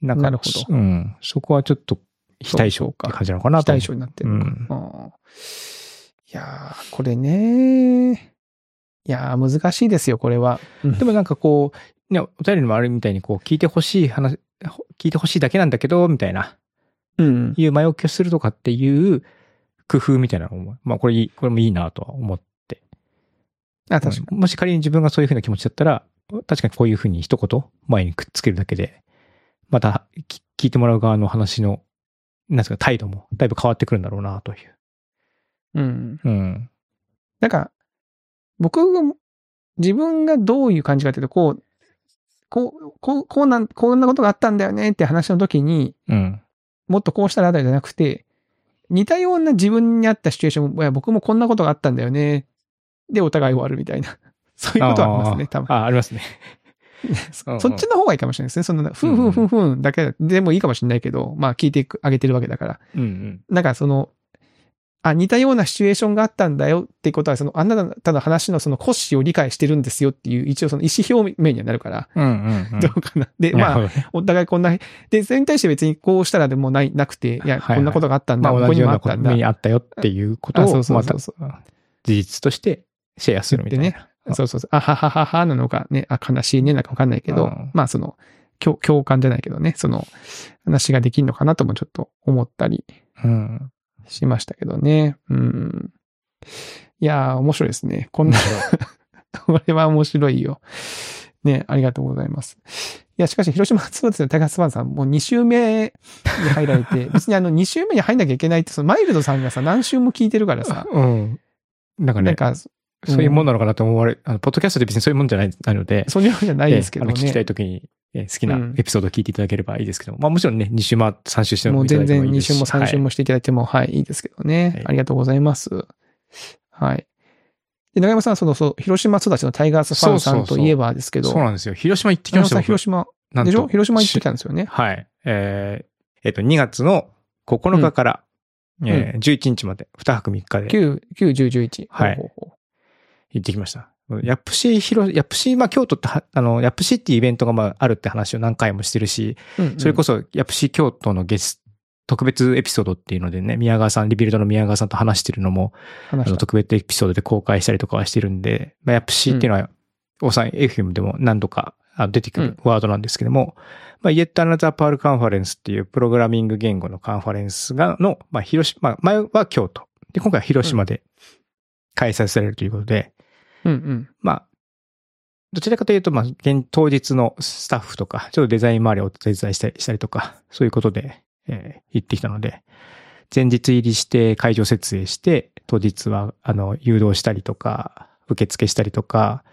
[SPEAKER 1] なんか、
[SPEAKER 2] なるほど
[SPEAKER 1] うん。そこはちょっと非対称って感じなのかな
[SPEAKER 2] 非
[SPEAKER 1] と思
[SPEAKER 2] 対
[SPEAKER 1] う。
[SPEAKER 2] 称になってるのか。
[SPEAKER 1] うん
[SPEAKER 2] あーいやー、これね。いやー、難しいですよ、これは。
[SPEAKER 1] でもなんかこう、ね、お便りにもあるみたいに、こう、聞いてほしい話、ほ聞いてほしいだけなんだけど、みたいな、
[SPEAKER 2] うん。
[SPEAKER 1] いう前置きをするとかっていう工夫みたいなのも、まあこれいい、これもいいなとは思って
[SPEAKER 2] あ、確かに。
[SPEAKER 1] うんもし仮に自分がそういうふうな気持ちだったら、確かにこういうふうに一言前にくっつけるだけで、またき聞いてもらう側の話の、なんですか、態度もだいぶ変わってくるんだろうなという。
[SPEAKER 2] うん。
[SPEAKER 1] うん。
[SPEAKER 2] なんか、僕が、自分がどういう感じかっていうと、こう、こう、こう、こうなん、こんなことがあったんだよねって話の時に、
[SPEAKER 1] うん。
[SPEAKER 2] もっとこうしたらあたりじゃなくて、似たような自分にあったシチュエーション、いや、僕もこんなことがあったんだよね。で、お互い終わるみたいな。そういうことはありますね、
[SPEAKER 1] ー
[SPEAKER 2] 多分。
[SPEAKER 1] あ、ありますね。そ
[SPEAKER 2] そっちの方がいいかもしれないですね。その、ふんふんふんふんだけでもいいかもしれないけど、まあ聞いてくあげてるわけだから。
[SPEAKER 1] うんうん。
[SPEAKER 2] なんかその、あ、似たようなシチュエーションがあったんだよってことは、その、あなたの話のその骨子を理解してるんですよっていう、一応その意思表明にはなるから、
[SPEAKER 1] うんうんうん。
[SPEAKER 2] ど うかな。で、
[SPEAKER 1] なる
[SPEAKER 2] まあ、
[SPEAKER 1] ほどね
[SPEAKER 2] お互いこんな、で、それに対して別にこうしたらでもない、なくて、いや、
[SPEAKER 1] はいはい
[SPEAKER 2] こんなことがあったんだ、
[SPEAKER 1] まあ
[SPEAKER 2] ここ
[SPEAKER 1] 同
[SPEAKER 2] に
[SPEAKER 1] じよう
[SPEAKER 2] もあ
[SPEAKER 1] な
[SPEAKER 2] っ
[SPEAKER 1] こ
[SPEAKER 2] た
[SPEAKER 1] と
[SPEAKER 2] んだ
[SPEAKER 1] 目。にあったよっていうこと
[SPEAKER 2] あそ
[SPEAKER 1] を
[SPEAKER 2] う、そうそうそう
[SPEAKER 1] また事実としてシェアするみたい
[SPEAKER 2] 言っ
[SPEAKER 1] な。
[SPEAKER 2] そうそうそう。あははははなのかね、あ、悲しいね、なんかわかんないけ
[SPEAKER 1] う
[SPEAKER 2] ど
[SPEAKER 1] ん、
[SPEAKER 2] まあその、共共感じゃないけどね、その、話ができるのかなともちょっと思ったり
[SPEAKER 1] うん。
[SPEAKER 2] しましたけどね。うん。いやー、面白いですね。こんな、 これは面白いよ。ね、ありがとうございます。いや、しかし、広島ツーズのタイガースファンさん、もう2週目に入られ て、別にあの、2週目に入んなきゃいけないって、そのマイルドさんがさ、何週も聞いてるから さ、
[SPEAKER 1] うん。なん
[SPEAKER 2] な
[SPEAKER 1] か
[SPEAKER 2] ん
[SPEAKER 1] ね、
[SPEAKER 2] か、
[SPEAKER 1] そういうもんなのかなと思われ、あのポッドキャストで別にそういうもんじゃないないので、
[SPEAKER 2] そういうのじゃないですけどね。
[SPEAKER 1] ええあの聞きたいときに、ええ好きな
[SPEAKER 2] うん
[SPEAKER 1] エピソードを聞いていただければいいですけども、まあもちろんね、2週も3週して
[SPEAKER 2] も
[SPEAKER 1] も
[SPEAKER 2] う
[SPEAKER 1] いた
[SPEAKER 2] 全
[SPEAKER 1] だいて
[SPEAKER 2] 然
[SPEAKER 1] もいい
[SPEAKER 2] 2
[SPEAKER 1] です
[SPEAKER 2] 週
[SPEAKER 1] し
[SPEAKER 2] も3週
[SPEAKER 1] は
[SPEAKER 2] もしていただいても、はい、いいですけどね。
[SPEAKER 1] はい
[SPEAKER 2] ありがとうございます。はい。で、中山さん、その、そう、広島育ちのタイガースファンさん
[SPEAKER 1] そうそうそ
[SPEAKER 2] と
[SPEAKER 1] う
[SPEAKER 2] いえばですけ
[SPEAKER 1] い
[SPEAKER 2] ど、
[SPEAKER 1] そうなんですよ。広島行ってき
[SPEAKER 2] 中
[SPEAKER 1] ま
[SPEAKER 2] 山
[SPEAKER 1] した
[SPEAKER 2] さん、
[SPEAKER 1] よ。
[SPEAKER 2] 広島、
[SPEAKER 1] なんと
[SPEAKER 2] でしょ広島行ってきたんですよね。
[SPEAKER 1] はい。えーえっと、2月の9日から、
[SPEAKER 2] ん
[SPEAKER 1] えー11日まで、2泊3日で
[SPEAKER 2] 9、9、10、11。
[SPEAKER 1] はい
[SPEAKER 2] ほうほうほ
[SPEAKER 1] 行ってきました。ヤップシ広、ヤップシまあ京都っては、あの、ヤップシっていうイベントがまああるって話を何回もしてるし、
[SPEAKER 2] ううんうん
[SPEAKER 1] それこそ、ヤプシ京都のゲスト、特別エピソードっていうのでね、宮川さん、リビルドの宮川さんと話してるのも、
[SPEAKER 2] 話
[SPEAKER 1] あの
[SPEAKER 2] した。
[SPEAKER 1] 特別エピソードで公開したりとかはしてるんで、まあ、ヤプシっていうのは、オーサン FM でも何度かあ出てくるワードなんですけども、まあ、Yet Another Pearl Conference っていうプログラミング言語のカンファレンスが、の、まあ、広島、まあ、前は京都。で、今回は広島で開催されるということで、
[SPEAKER 2] うんうん。
[SPEAKER 1] まあ、どちらかというと、まあ、現当日のスタッフとか、ちょっとデザイン周りをお手伝いしたりしたりとか、そういうことで、えー行ってきたので、前日入りして会場設営して、当日は、あの、誘導したりとか、受付したりとか、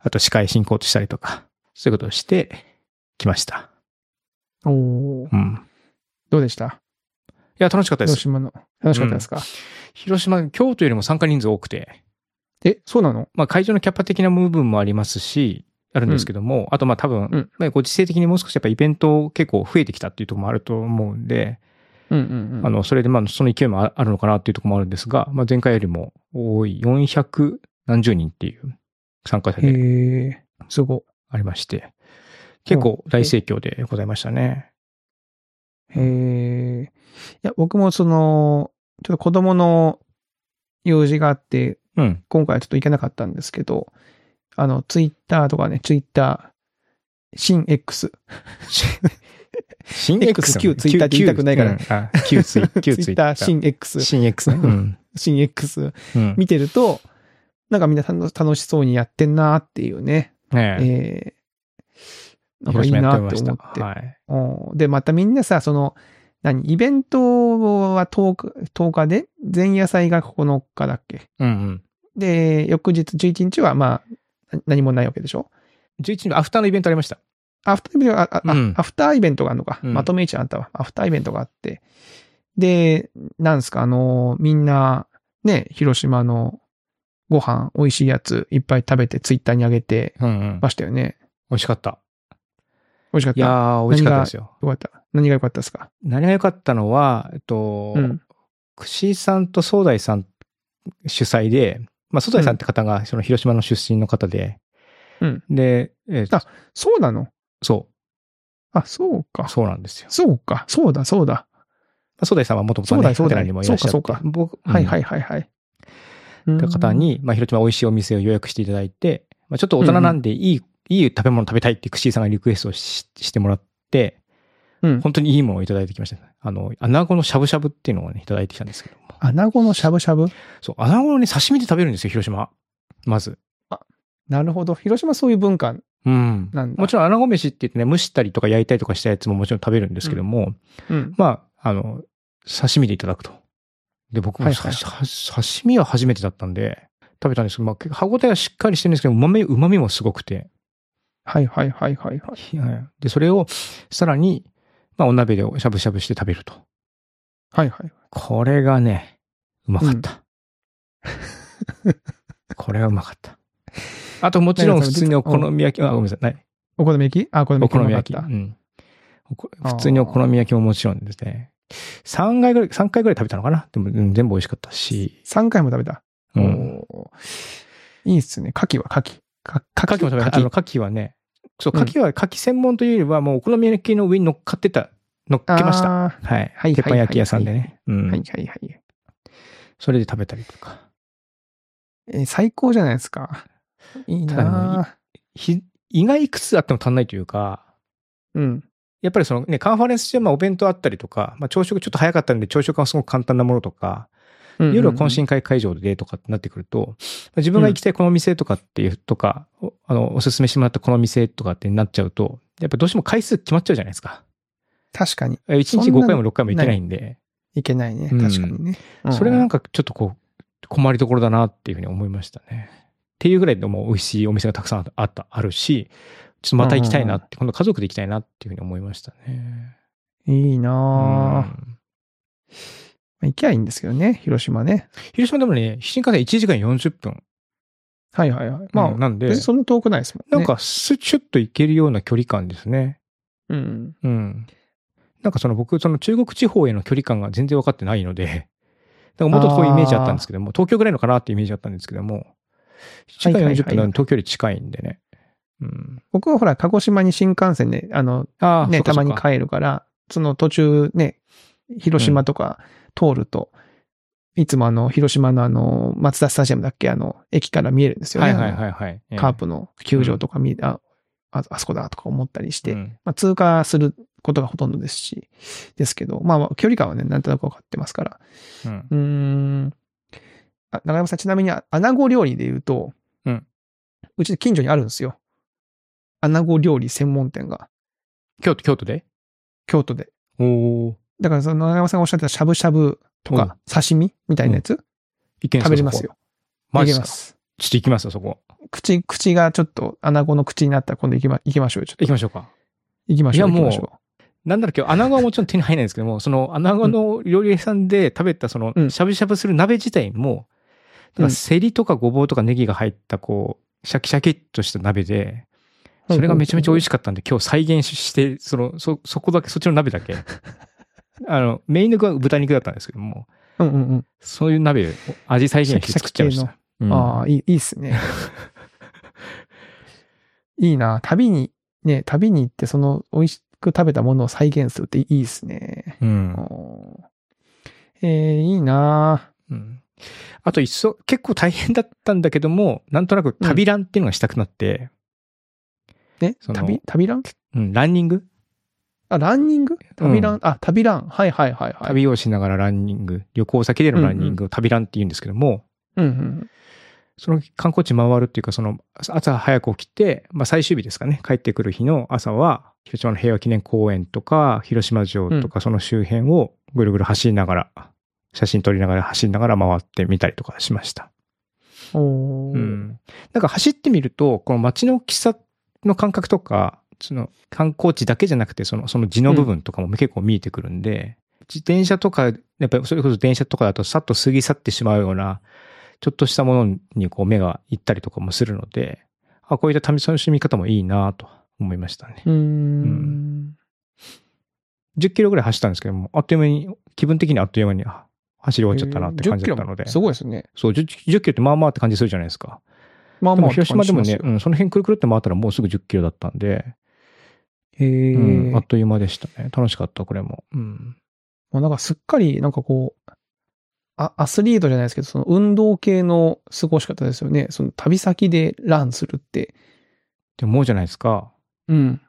[SPEAKER 1] あと司会進行したりとか、そういうことをしてきました。
[SPEAKER 2] おー
[SPEAKER 1] うん。
[SPEAKER 2] どうでした
[SPEAKER 1] いや、楽しかったで
[SPEAKER 2] 広
[SPEAKER 1] す。
[SPEAKER 2] 島の。楽しかったですか、
[SPEAKER 1] 広島、京都よりも参加人数多くて、
[SPEAKER 2] え、そうなの
[SPEAKER 1] まあ、会場のキャパ的な部分もありますし、あるんですけども、あとまあ多分、
[SPEAKER 2] うん
[SPEAKER 1] まあご時世的にもう少しやっぱイベント結構増えてきたっていうところもあると思うんで、
[SPEAKER 2] うんうんうん。
[SPEAKER 1] あ、の、それでまあその勢いもああるのかなっていうところもあるんですが、まあ前回よりも多い400何十人っていう参加者
[SPEAKER 2] へ
[SPEAKER 1] で
[SPEAKER 2] えすごい。
[SPEAKER 1] ありまして、結構大盛況でございましたね。
[SPEAKER 2] へえ。いや、僕もその、ちょっと子供の用事があって、
[SPEAKER 1] うん。
[SPEAKER 2] 今回はちょっと行けなかったんですけど、あの、ツイッターとかね、ツイッター、新 X。
[SPEAKER 1] 新
[SPEAKER 2] X 旧ツイッターって言いたくないから
[SPEAKER 1] ら。旧ツイ、 旧ツイッター。
[SPEAKER 2] 新 X。
[SPEAKER 1] 新 X ね。うん。
[SPEAKER 2] 新 X。
[SPEAKER 1] うん。
[SPEAKER 2] 見てると、なんかみんな楽楽しそうにやってんなっていうね。
[SPEAKER 1] ねえ。
[SPEAKER 2] えー、なんかいいなって
[SPEAKER 1] 広島
[SPEAKER 2] 思
[SPEAKER 1] や
[SPEAKER 2] って。
[SPEAKER 1] ましたはい。
[SPEAKER 2] うんで、またみんなさ、その、何、イベントは10日 ,10 日で、前夜祭が9日だっけ。
[SPEAKER 1] うんうん。
[SPEAKER 2] で、翌日11日は、まあ、な何もないわけでしょ。
[SPEAKER 1] 11日、アフターのイベントありました。
[SPEAKER 2] アフターイベントが、ああ
[SPEAKER 1] うん
[SPEAKER 2] アフターイベントがあるのか。
[SPEAKER 1] うん
[SPEAKER 2] まとめ一あんたは。アフターイベントがあって。で、なんですか、あの、みんな、ね、広島のご飯、美味しいやつ、いっぱい食べて、ツイッターに上げて
[SPEAKER 1] うんうん。
[SPEAKER 2] ましたよね。
[SPEAKER 1] 美味しかった。
[SPEAKER 2] 美味しかっ
[SPEAKER 1] い
[SPEAKER 2] た。
[SPEAKER 1] や
[SPEAKER 2] よ
[SPEAKER 1] ー、美味しかったですよ。
[SPEAKER 2] かった。何が良かったですか
[SPEAKER 1] 何が良かったのは、えっと
[SPEAKER 2] う、ん。
[SPEAKER 1] 串井さんと壮大さん主催で、まあ、壮大さんって方が、その広島の出身の方で、
[SPEAKER 2] うん
[SPEAKER 1] で、えー
[SPEAKER 2] あそうなの
[SPEAKER 1] そ
[SPEAKER 2] あ、そう
[SPEAKER 1] う、
[SPEAKER 2] か。
[SPEAKER 1] そうなんですよ。
[SPEAKER 2] そうか、そうだ、そうだ。
[SPEAKER 1] まあ壮大さんはもともと
[SPEAKER 2] 壮
[SPEAKER 1] ね、
[SPEAKER 2] 大壮大
[SPEAKER 1] カテラにもいらっしゃって
[SPEAKER 2] そうかそうか
[SPEAKER 1] 僕、。
[SPEAKER 2] はいはいいはいはい。
[SPEAKER 1] って方に、まあ、広島美味しいお店を予約していただいて、まあ、ちょっと大人なんでいい、いい食べ物食べたいって串井さんがリクエストをししてもらって、
[SPEAKER 2] うん、うん。
[SPEAKER 1] 本当にいいものをいただいてきました。あの、穴子のしゃぶしゃぶっていうのをね、いただいてきたんですけども。
[SPEAKER 2] 穴子のしゃぶしゃぶ
[SPEAKER 1] そう、穴子をね、刺身で食べるんですよ、広島。まず。
[SPEAKER 2] なるほど。広島そういう文化
[SPEAKER 1] うん。
[SPEAKER 2] なんだ。
[SPEAKER 1] もちろん穴子飯って言ってね、蒸したりとか焼いたりとかしたやつももちろん食べるんですけども、
[SPEAKER 2] うん。
[SPEAKER 1] まあ、あの、刺身でいただくと。で、僕も
[SPEAKER 2] はい
[SPEAKER 1] さ
[SPEAKER 2] はい
[SPEAKER 1] しは刺身は初めてだったんで、食べたんですけど、まあ、結構歯応えはしっかりしてるんですけど、うまみ、うまみもすごくて。
[SPEAKER 2] はいはいはいはいはい。
[SPEAKER 1] はいで、それをさらに、まあ、お鍋でしゃぶしゃぶして食べると。
[SPEAKER 2] はいはい。
[SPEAKER 1] これがね、うまかった。これはうまかった。あと、もちろん普通にお好み焼き、あ、ごめんなさい。ない
[SPEAKER 2] お好み焼きあ、お好み
[SPEAKER 1] お
[SPEAKER 2] 焼き
[SPEAKER 1] 好
[SPEAKER 2] うま
[SPEAKER 1] み
[SPEAKER 2] かっ
[SPEAKER 1] 焼き。
[SPEAKER 2] た。
[SPEAKER 1] うん。おこ
[SPEAKER 2] あー
[SPEAKER 1] 普通にお好み焼きももちろんですね。3回ぐらい、三回ぐらい食べたのかなでも、うん全部美味しかったし。
[SPEAKER 2] 3回も食べた。
[SPEAKER 1] うん。
[SPEAKER 2] おーいいっすね。牡蠣は牡蠣。か
[SPEAKER 1] 牡蠣も食べた。あの、
[SPEAKER 2] 牡蠣
[SPEAKER 1] 牡蠣はね、そう、
[SPEAKER 2] うん
[SPEAKER 1] 牡蠣は牡蠣専門というよりは、もうお好み焼きの上に乗っかってた、乗っけました。
[SPEAKER 2] あー
[SPEAKER 1] はい。
[SPEAKER 2] はい
[SPEAKER 1] 鉄板焼き屋さんでね。う
[SPEAKER 2] はい
[SPEAKER 1] ん。
[SPEAKER 2] はいはい。
[SPEAKER 1] それで食べたりとか。
[SPEAKER 2] えー最高じゃないですか。いい
[SPEAKER 1] ただね
[SPEAKER 2] な
[SPEAKER 1] ひ、意外いくつあっても足んないというか、
[SPEAKER 2] ぁうん。
[SPEAKER 1] やっぱりそのね、カンファレンス中はまあお弁当あったりとか、まあ朝食ちょっと早かったんで朝食はすごく簡単なものとか、夜は懇親会会場でとかってなってくると、まあ自分が行きたいこの店とかっていうとか、おあの、おすすめしてもらったこの店とかってなっちゃうと、やっぱどうしても回数決まっちゃうじゃないですか。
[SPEAKER 2] 確かに。
[SPEAKER 1] 1日
[SPEAKER 2] そんな
[SPEAKER 1] 5回も6回も行ってないんで、
[SPEAKER 2] いけないね。
[SPEAKER 1] うん
[SPEAKER 2] 確かにね。うん
[SPEAKER 1] それがなんかちょっとこう、困りどころだなっていうふうに思いましたね。っていうぐらいでもう美味しいお店がたくさんあった、あるし、ちょっとまた行きたいなって、今度家族で行きたいなっていうふうに思いましたね。
[SPEAKER 2] いいなぁ
[SPEAKER 1] うん
[SPEAKER 2] まあ行きゃいいんですけどね、広島ね。
[SPEAKER 1] 広島でもね、新幹線1時間40分。
[SPEAKER 2] はいはいはい。まあ、
[SPEAKER 1] うんなんで
[SPEAKER 2] 別に、そんな遠くないですもんね。
[SPEAKER 1] なん、かスチュッと行けるような距離感ですね。
[SPEAKER 2] うん。
[SPEAKER 1] うん。なんかその僕、その中国地方への距離感が全然分かってないので、 なんかもっと遠いイメージあったんですけども、東京ぐらいのかなってイメージあったんですけども、1時間
[SPEAKER 2] はいはいはい
[SPEAKER 1] 40分なので東京より近いんでね。うん。
[SPEAKER 2] 僕はほら、鹿児島に新幹線で、あの、
[SPEAKER 1] ああ、
[SPEAKER 2] ね、
[SPEAKER 1] そうか
[SPEAKER 2] た
[SPEAKER 1] そ
[SPEAKER 2] ま
[SPEAKER 1] う
[SPEAKER 2] に
[SPEAKER 1] か
[SPEAKER 2] 帰るから、その途中ね、広島とか通ると、いつもあの、広島のあの、松田スタジアムだっけ、あの、駅から見えるんですよ
[SPEAKER 1] は
[SPEAKER 2] ね。
[SPEAKER 1] いはい
[SPEAKER 2] い。
[SPEAKER 1] はいはい。
[SPEAKER 2] カー
[SPEAKER 1] っ
[SPEAKER 2] プの球場とか見え、あ、ああそこだとか思ったりして、
[SPEAKER 1] うん
[SPEAKER 2] まあ、通過することがほとんどですし、ですけど、まあ、距離感はね、なんとなく分かってますから。
[SPEAKER 1] うん
[SPEAKER 2] うーん。あ中山さん、ちなみに、あ穴子料理で言うと、
[SPEAKER 1] うん
[SPEAKER 2] うち近所にあるんですよ。穴子料理専門店が、
[SPEAKER 1] 京都、京都で
[SPEAKER 2] 京都で。
[SPEAKER 1] おお。
[SPEAKER 2] だから、その中山さんがおっしゃってたしゃぶしゃぶとか、刺身みたいなやつ、
[SPEAKER 1] いけん
[SPEAKER 2] 食
[SPEAKER 1] すか
[SPEAKER 2] べれます。よ。
[SPEAKER 1] そこマ
[SPEAKER 2] い
[SPEAKER 1] ジ
[SPEAKER 2] け
[SPEAKER 1] っす
[SPEAKER 2] ま
[SPEAKER 1] か
[SPEAKER 2] す。
[SPEAKER 1] ちょっと行きますよ、そこ。
[SPEAKER 2] 口、口がちょっと、穴子の口になったら今度行きま、行きましょうよ。ちょっと
[SPEAKER 1] 行きましょうか。
[SPEAKER 2] 行きましょう。
[SPEAKER 1] いやもう
[SPEAKER 2] 行きましょ
[SPEAKER 1] なんだろう、今日、穴子はもちろん手に入らないんですけども、その穴子の料理屋さんで食べた、その
[SPEAKER 2] う、ん
[SPEAKER 1] しゃぶしゃぶする鍋自体も、だからセリとかごぼうとかネギが入った、こう、シャキシャキっとした鍋で、
[SPEAKER 2] う
[SPEAKER 1] それがめちゃめちゃ美味しかったんで、今日再現しして、その、そ、そこだけ、そっちの鍋だ け。あの、メインの具は豚肉だったんですけども、
[SPEAKER 2] うんうんうん。
[SPEAKER 1] そういう鍋を味再現して作っちゃいまし
[SPEAKER 2] シャキシャキ
[SPEAKER 1] た。うん
[SPEAKER 2] ああ、いい、いいっす ね。いいな。旅に、ね、旅に行って、その、美味しく食べたものを再現するっていいっすね。
[SPEAKER 1] うん。
[SPEAKER 2] おーえーいいな
[SPEAKER 1] うんあと一層、結構大変だったんだけども、なんとなく旅ランっていうのがしたくなって、
[SPEAKER 2] ね
[SPEAKER 1] その
[SPEAKER 2] 旅、旅ラン
[SPEAKER 1] うん、ランニング
[SPEAKER 2] あ、ランニング旅ラン、あ、旅ラン。はいはいはいはい。
[SPEAKER 1] 旅をしながらランニング、旅行先でのランニングを旅ランって言うんですけども、
[SPEAKER 2] うんうん。
[SPEAKER 1] その観光地回るっていうか、その朝早く起きて、まあ最終日ですかね、帰ってくる日の朝は、広島の平和記念公園とか、広島城とか、その周辺をぐるぐる走りながら、写真撮りながら走りながら回ってみたりとかしました。
[SPEAKER 2] おー。
[SPEAKER 1] うん。なんか走ってみると、この街の大きさの感覚とか、その観光地だけじゃなくて、その、その地の部分とかも結構見えてくるんで、自転車とか、やっぱりそれこそ電車とかだとさっと過ぎ去ってしまうような、ちょっとしたものにこう目が行ったりとかもするので、あ、こういった楽しみ方もいいなと思いましたね。
[SPEAKER 2] うー。
[SPEAKER 1] うん10キロぐらい走ったんですけども、あっという間に、気分的にあっという間にあ走り終わっちゃったなって感じだったので
[SPEAKER 2] 10キロも。すごいですね。
[SPEAKER 1] そう、10, 10キロってまあまあって感じするじゃないですか。
[SPEAKER 2] まあ
[SPEAKER 1] で
[SPEAKER 2] ま
[SPEAKER 1] も
[SPEAKER 2] あ。
[SPEAKER 1] 広島でも
[SPEAKER 2] し
[SPEAKER 1] ね、
[SPEAKER 2] ます
[SPEAKER 1] う
[SPEAKER 2] よ。
[SPEAKER 1] ん、その辺くるくるって回ったらもうすぐ10キロだったんで、
[SPEAKER 2] へえ。
[SPEAKER 1] うん、あ
[SPEAKER 2] も
[SPEAKER 1] っという間でしたね。楽しかった、これも。うん。
[SPEAKER 2] うなんかすっかり、なんかこう、あアスリートじゃないですけど、その運動系の過ごし方ですよね。その旅先でランするって。
[SPEAKER 1] でももうじゃないですか。
[SPEAKER 2] うん。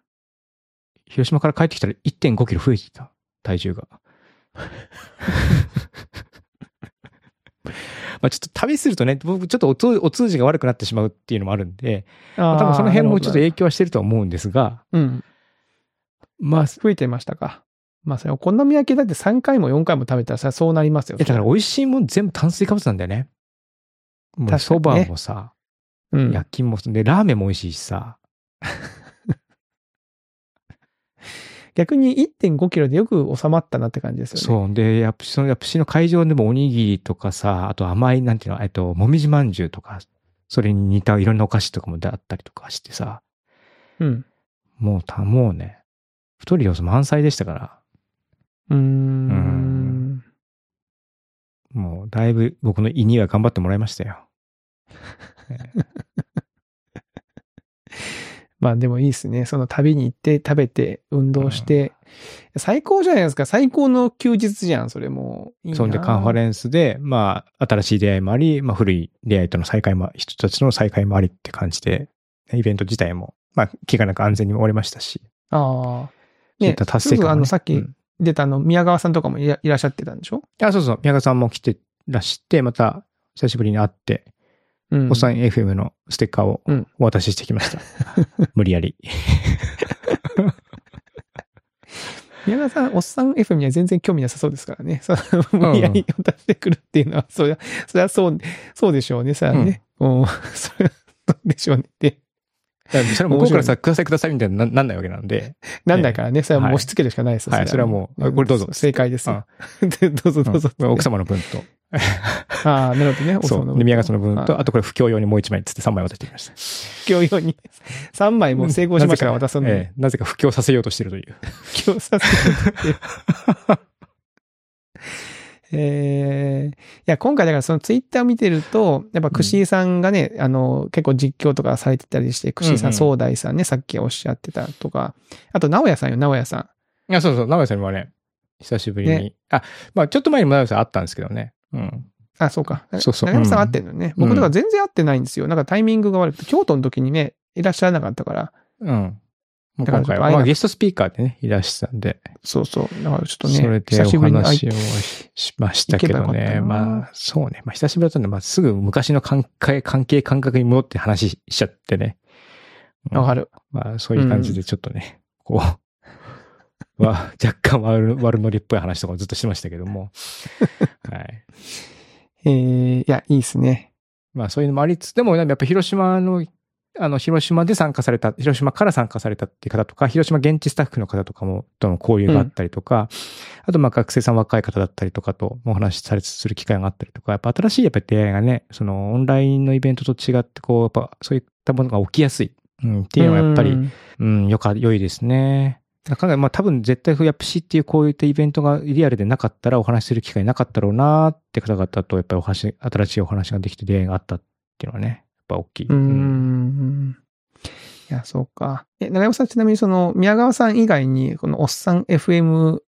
[SPEAKER 1] 広島から帰ってきたら1.5キロ増えてた、体重 が。まあちょっと旅するとね、僕ちょっとお通お通じが悪くなってしまうっていうのもあるんで、
[SPEAKER 2] あ
[SPEAKER 1] まあ
[SPEAKER 2] ー
[SPEAKER 1] 多分その辺もちょっと
[SPEAKER 2] なる
[SPEAKER 1] 影響はしてるとは思うんですが、
[SPEAKER 2] ほどうん。
[SPEAKER 1] まあ、い
[SPEAKER 2] 増えてましたか。まあ、それお好み焼きだって3回も4回も食べたらさ、そうなりますよ。
[SPEAKER 1] やだから美味しいもん全部炭水化物なんだよね。もう
[SPEAKER 2] 確か
[SPEAKER 1] 蕎
[SPEAKER 2] にね
[SPEAKER 1] 麦もさ、
[SPEAKER 2] うん、
[SPEAKER 1] 焼きも、で、ラーメンも美味しいしさ。
[SPEAKER 2] 逆に1.5キロでよく収まったなって感じですよね。
[SPEAKER 1] そう。で、やっぱその、やっぱしの会場でもおにぎりとかさ、あと甘い、なんていうの、えっと、もみじまんじゅうとか、それに似たいろんなお菓子とかもだったりとかしてさ、
[SPEAKER 2] そう。うん。
[SPEAKER 1] もうた、もうね、太る要素満載でしたから、
[SPEAKER 2] うー。
[SPEAKER 1] うんもうだいぶ僕の胃には頑張ってもらいましたよ。
[SPEAKER 2] まあでもいいですね。その旅に行って、食べて、運動して。最高じゃないですか。最高の休日じゃん、それもう。いいな
[SPEAKER 1] そんでカンファレンスで、まあ、新しい出会いもあり、まあ、古い出会いとの再会も、人たちとの再会もありって感じで、イベント自体も、まあ、気がなく安全に終わりましたし、
[SPEAKER 2] ああ。
[SPEAKER 1] そういっ
[SPEAKER 2] ね
[SPEAKER 1] た、達
[SPEAKER 2] す
[SPEAKER 1] 成感もね、
[SPEAKER 2] ぐあの、さっ
[SPEAKER 1] う
[SPEAKER 2] き
[SPEAKER 1] ん
[SPEAKER 2] 出たあの、宮川さんとかもいらいらっしゃってたんでしょ
[SPEAKER 1] あ、そうそう。宮川さんも来てらして、また久しぶりに会って、
[SPEAKER 2] うん
[SPEAKER 1] おっさん FM のステッカーを
[SPEAKER 2] うん
[SPEAKER 1] お渡ししてきました。 無理やり。
[SPEAKER 2] 宮川さん、おっさん FM には全然興味なさそうですからね。 その無理やり出してくるっていうのは、そりゃ、そりゃそう、そうでしょうね、さあね。うん、 そりゃ、そうでしょうねって。
[SPEAKER 1] それは向こうからさ、くださいくださいみたいにななんないわけなんで、
[SPEAKER 2] なんだからね、それはもう
[SPEAKER 1] はい
[SPEAKER 2] 押し付けるしかないですよ
[SPEAKER 1] はいそれはもうあこれどうぞ
[SPEAKER 2] 正解ですよ。で どうぞどうぞ。
[SPEAKER 1] うん奥様の分と、
[SPEAKER 2] ああ、なるほどね。奥
[SPEAKER 1] そ
[SPEAKER 2] 様
[SPEAKER 1] う、で宮川さんの分と、
[SPEAKER 2] はい
[SPEAKER 1] あとこれ不況用にもう一枚っつって3枚渡してきました。
[SPEAKER 2] 今日用に3枚もう成功しましたから渡すの
[SPEAKER 1] え
[SPEAKER 2] に、
[SPEAKER 1] えなぜか不況させようとしてるという。
[SPEAKER 2] 今日させてもらって。 えーいや、今回だからそのツイッターを見てると、やっぱクシーさんがね、あの、結構実況とかされてたりして、クシーさん、
[SPEAKER 1] うんうん
[SPEAKER 2] 壮大さんね、さっきおっしゃってたとか、あと、直哉さんよ、直哉さん。
[SPEAKER 1] いや、そうそう、名古屋さんにもね、久しぶりに。
[SPEAKER 2] ね
[SPEAKER 1] あ、まあちょっと前にも名古屋さん会ったんですけどね。うん。
[SPEAKER 2] あ、そうか。
[SPEAKER 1] そうそう
[SPEAKER 2] 中山さん会ってるのね。
[SPEAKER 1] うん
[SPEAKER 2] 僕とか全然会ってないんですよ。なんかタイミングが悪くて、京都の時にね、いらっしゃらなかったから、
[SPEAKER 1] うん。もう
[SPEAKER 2] だから
[SPEAKER 1] 今
[SPEAKER 2] ちょっと会えな
[SPEAKER 1] 回
[SPEAKER 2] か
[SPEAKER 1] は、
[SPEAKER 2] った
[SPEAKER 1] まあゲストスピーカーでね、いらしてたんで、
[SPEAKER 2] そうそう。だからちょっと
[SPEAKER 1] それ
[SPEAKER 2] ね、
[SPEAKER 1] で
[SPEAKER 2] 久し
[SPEAKER 1] お
[SPEAKER 2] ぶりに会い
[SPEAKER 1] 話をしましたけど
[SPEAKER 2] 行けばよかった
[SPEAKER 1] ね。
[SPEAKER 2] な
[SPEAKER 1] まあ、そうね。まあ、久しぶりだったんで、まあ、すぐ昔の関係、関係感覚に戻って話しちゃってね。うん
[SPEAKER 2] わかる。
[SPEAKER 1] まあ、そういう感じでちょっとね、こう、 わ若干悪悪ノリっぽい話とかをずっとしてましたけ ども。はい。
[SPEAKER 2] えー、いや、いいですね。
[SPEAKER 1] まあ、そういうのもありつつ、でも、やっぱ広島の、あの、広島で参加された、広島から参加されたっていう方とか、広島現地スタッフの方とかも、との交流があったりとか、あと、まあ、学生さん若い方だったりとかともお話しされする機会があったりとか、やっぱ新しいやっぱり出会いがね、その、オンラインのイベントと違って、こう、やっぱそういったものが起きやすい、うん、っていうのはやっぱり、
[SPEAKER 2] うん
[SPEAKER 1] うん、よか、良いですね。だから、まあ多分絶対フヤプシっていうこういったイベントがリアルでなかったらお話しする機会なかったろうなって方々と、やっぱりお話、新しいお話ができて出会いがあったっていうのはね、やっぱ大きい。
[SPEAKER 2] うーん。いや、そうか。え、長山さん、ちなみにその、宮川さん以外に、このおっさん FM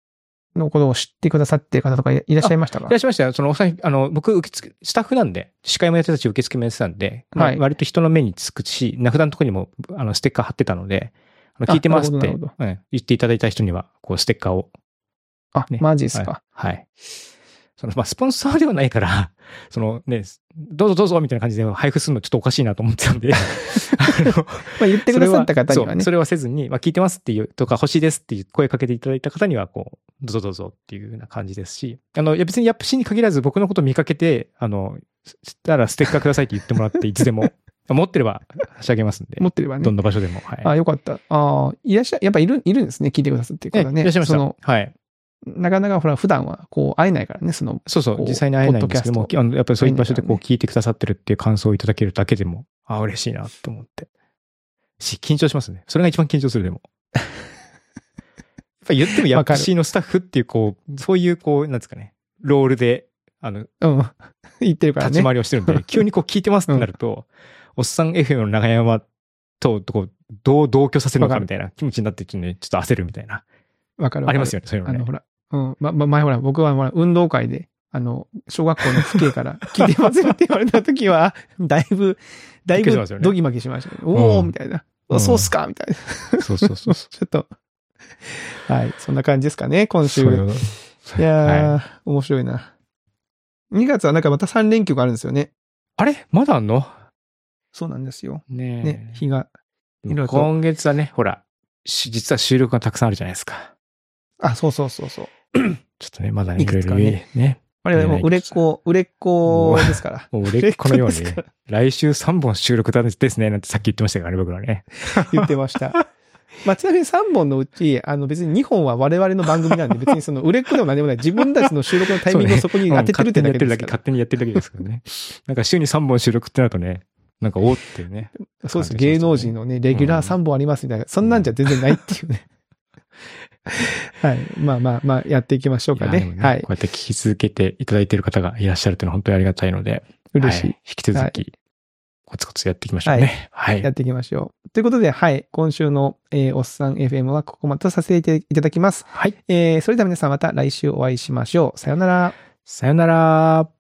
[SPEAKER 2] のことを知ってくださってる方とかいらっしゃいましたか
[SPEAKER 1] いらっしゃいましたよ。その、おさあの、僕、受付、スタッフなんで、司会もやってたし、受付もやってたんで、まあ
[SPEAKER 2] はい
[SPEAKER 1] 割と人の目につくし、名札のとこにも、あの、ステッカー貼ってたので、あの
[SPEAKER 2] あ
[SPEAKER 1] 聞いてますっ
[SPEAKER 2] な
[SPEAKER 1] て、
[SPEAKER 2] るほ
[SPEAKER 1] うん
[SPEAKER 2] どなる
[SPEAKER 1] 言っていただいた人には、こう、ステッカーを。
[SPEAKER 2] あ、
[SPEAKER 1] ね
[SPEAKER 2] マジですか。
[SPEAKER 1] はい。はいその、まあ、スポンサーではないから、 そのね、どうぞどうぞみたいな感じで配布するのちょっとおかしいなと思って たんで、あの
[SPEAKER 2] まあ、言ってくださった方には
[SPEAKER 1] それはそう
[SPEAKER 2] ね
[SPEAKER 1] そ。れはせずに、まあ、聞いてますっていう、とか欲しいですっていう声かけていただいた方には、こう、どうぞどうぞっていうような感じですし、あの、いや別にヤップシーに限らず僕のこと見かけて、あの、したらステッカーくださいって言ってもらって、いつで も、持ってれば差し上げますんで、
[SPEAKER 2] 持ってればね
[SPEAKER 1] どん。な場所でも。はい。
[SPEAKER 2] あ、よかった。ああ、いらっしゃ、やっぱいる、いるんですね。聞いてくださってる
[SPEAKER 1] え
[SPEAKER 2] 方ね。
[SPEAKER 1] いらっしゃいまし
[SPEAKER 2] その、
[SPEAKER 1] た。はい。
[SPEAKER 2] なかなかほら、普段はこう、会えないからね、その、
[SPEAKER 1] そうそ
[SPEAKER 2] こ
[SPEAKER 1] う、
[SPEAKER 2] う
[SPEAKER 1] 実際に会えないんですけど
[SPEAKER 2] ポッド
[SPEAKER 1] も、
[SPEAKER 2] キャスト
[SPEAKER 1] あのやっぱりそういう場所でこう
[SPEAKER 2] 会えないからね
[SPEAKER 1] 聞いてくださってるっていう感想をいただけるだけでも、あ、嬉しいなと思って。し、緊張しますね。それが一番緊張する でも。やっぱ言っても、やっぱ
[SPEAKER 2] わかる
[SPEAKER 1] C のスタッフっていう、こう、そういう、こう、なんですかね、ロールで、あの、
[SPEAKER 2] うん、言ってるから
[SPEAKER 1] 立
[SPEAKER 2] ね。
[SPEAKER 1] ち回りをしてるん で、急にこう聞いてますってなると、おっさん FM の長山と、こう、どう同居させるのかみたいな気持ちになって、ちょっとねちょっと焦るみたいな。
[SPEAKER 2] わかるわかる。
[SPEAKER 1] ありますよね、そういう
[SPEAKER 2] あの、
[SPEAKER 1] のね
[SPEAKER 2] ほ。ら、うん、ま、ま、前ほら、僕はほら、運動会で、あの、小学校の父兄 から、聞いてますよって言われた時は、だいぶ、だい
[SPEAKER 1] びっく
[SPEAKER 2] ぶ
[SPEAKER 1] りしますよね
[SPEAKER 2] ドギマギしましたね。お
[SPEAKER 1] う
[SPEAKER 2] ー、
[SPEAKER 1] ん
[SPEAKER 2] みたいな。
[SPEAKER 1] うん
[SPEAKER 2] そうっすかみたいな。
[SPEAKER 1] そうそうそうそ
[SPEAKER 2] ちょっと、はい、そんな感じですかね、今
[SPEAKER 1] う。
[SPEAKER 2] 週。
[SPEAKER 1] そういうの
[SPEAKER 2] いやー、面白いな。2月はなんかまた3連休があるんですよね。
[SPEAKER 1] あれまだあんの
[SPEAKER 2] そうなんですよ。
[SPEAKER 1] ねえ
[SPEAKER 2] ね、日が。いろいろと
[SPEAKER 1] 今月はね、ほら、し実は収録がたくさんあるじゃないですか。
[SPEAKER 2] あ、そうそうそうそう。
[SPEAKER 1] ちょっとね、まだね、
[SPEAKER 2] い
[SPEAKER 1] いろ
[SPEAKER 2] く
[SPEAKER 1] い
[SPEAKER 2] つか
[SPEAKER 1] ろ
[SPEAKER 2] ね
[SPEAKER 1] ね。ね。
[SPEAKER 2] 我々もう売れっ子、売れっ子ですから。
[SPEAKER 1] もう売れっ子のように
[SPEAKER 2] 売れっ子ですか、
[SPEAKER 1] 来週3本収録だですね、なんてさっき言ってましたからね、僕らね。
[SPEAKER 2] 言ってました。 まあ、ちなみに3本のうち、あの別に2本は我々の番組なんで、別にその売れっ子でも何でもない。自分たちの収録のタイミングをそこに当ててるってだけですから。
[SPEAKER 1] 勝手にやってるだけ勝手にやってるだけですからね。なんか週に3本収録ってなるとね、なんかおーっていうね。
[SPEAKER 2] そうです。
[SPEAKER 1] 感じがしますね
[SPEAKER 2] 芸能人のね、レギュラー3本ありますみたいな。そんなんじゃ全然ないっていう ね。はい。まあまあまあ、やっていきましょうか
[SPEAKER 1] いやでも
[SPEAKER 2] ね。はい
[SPEAKER 1] こ。うやって聞き続けていただいている方がいらっしゃるというのは本当にありがたいので、
[SPEAKER 2] 嬉し。
[SPEAKER 1] はい引き続き、コツコツやっていきましょうね。はい。
[SPEAKER 2] やっていきましょう。ということで、はい。今週の、えーおっさん FM はここまでとさせていただきます。
[SPEAKER 1] はい。
[SPEAKER 2] えーそれでは皆さんまた来週お会いしましょう。さようなら。
[SPEAKER 1] さよなら。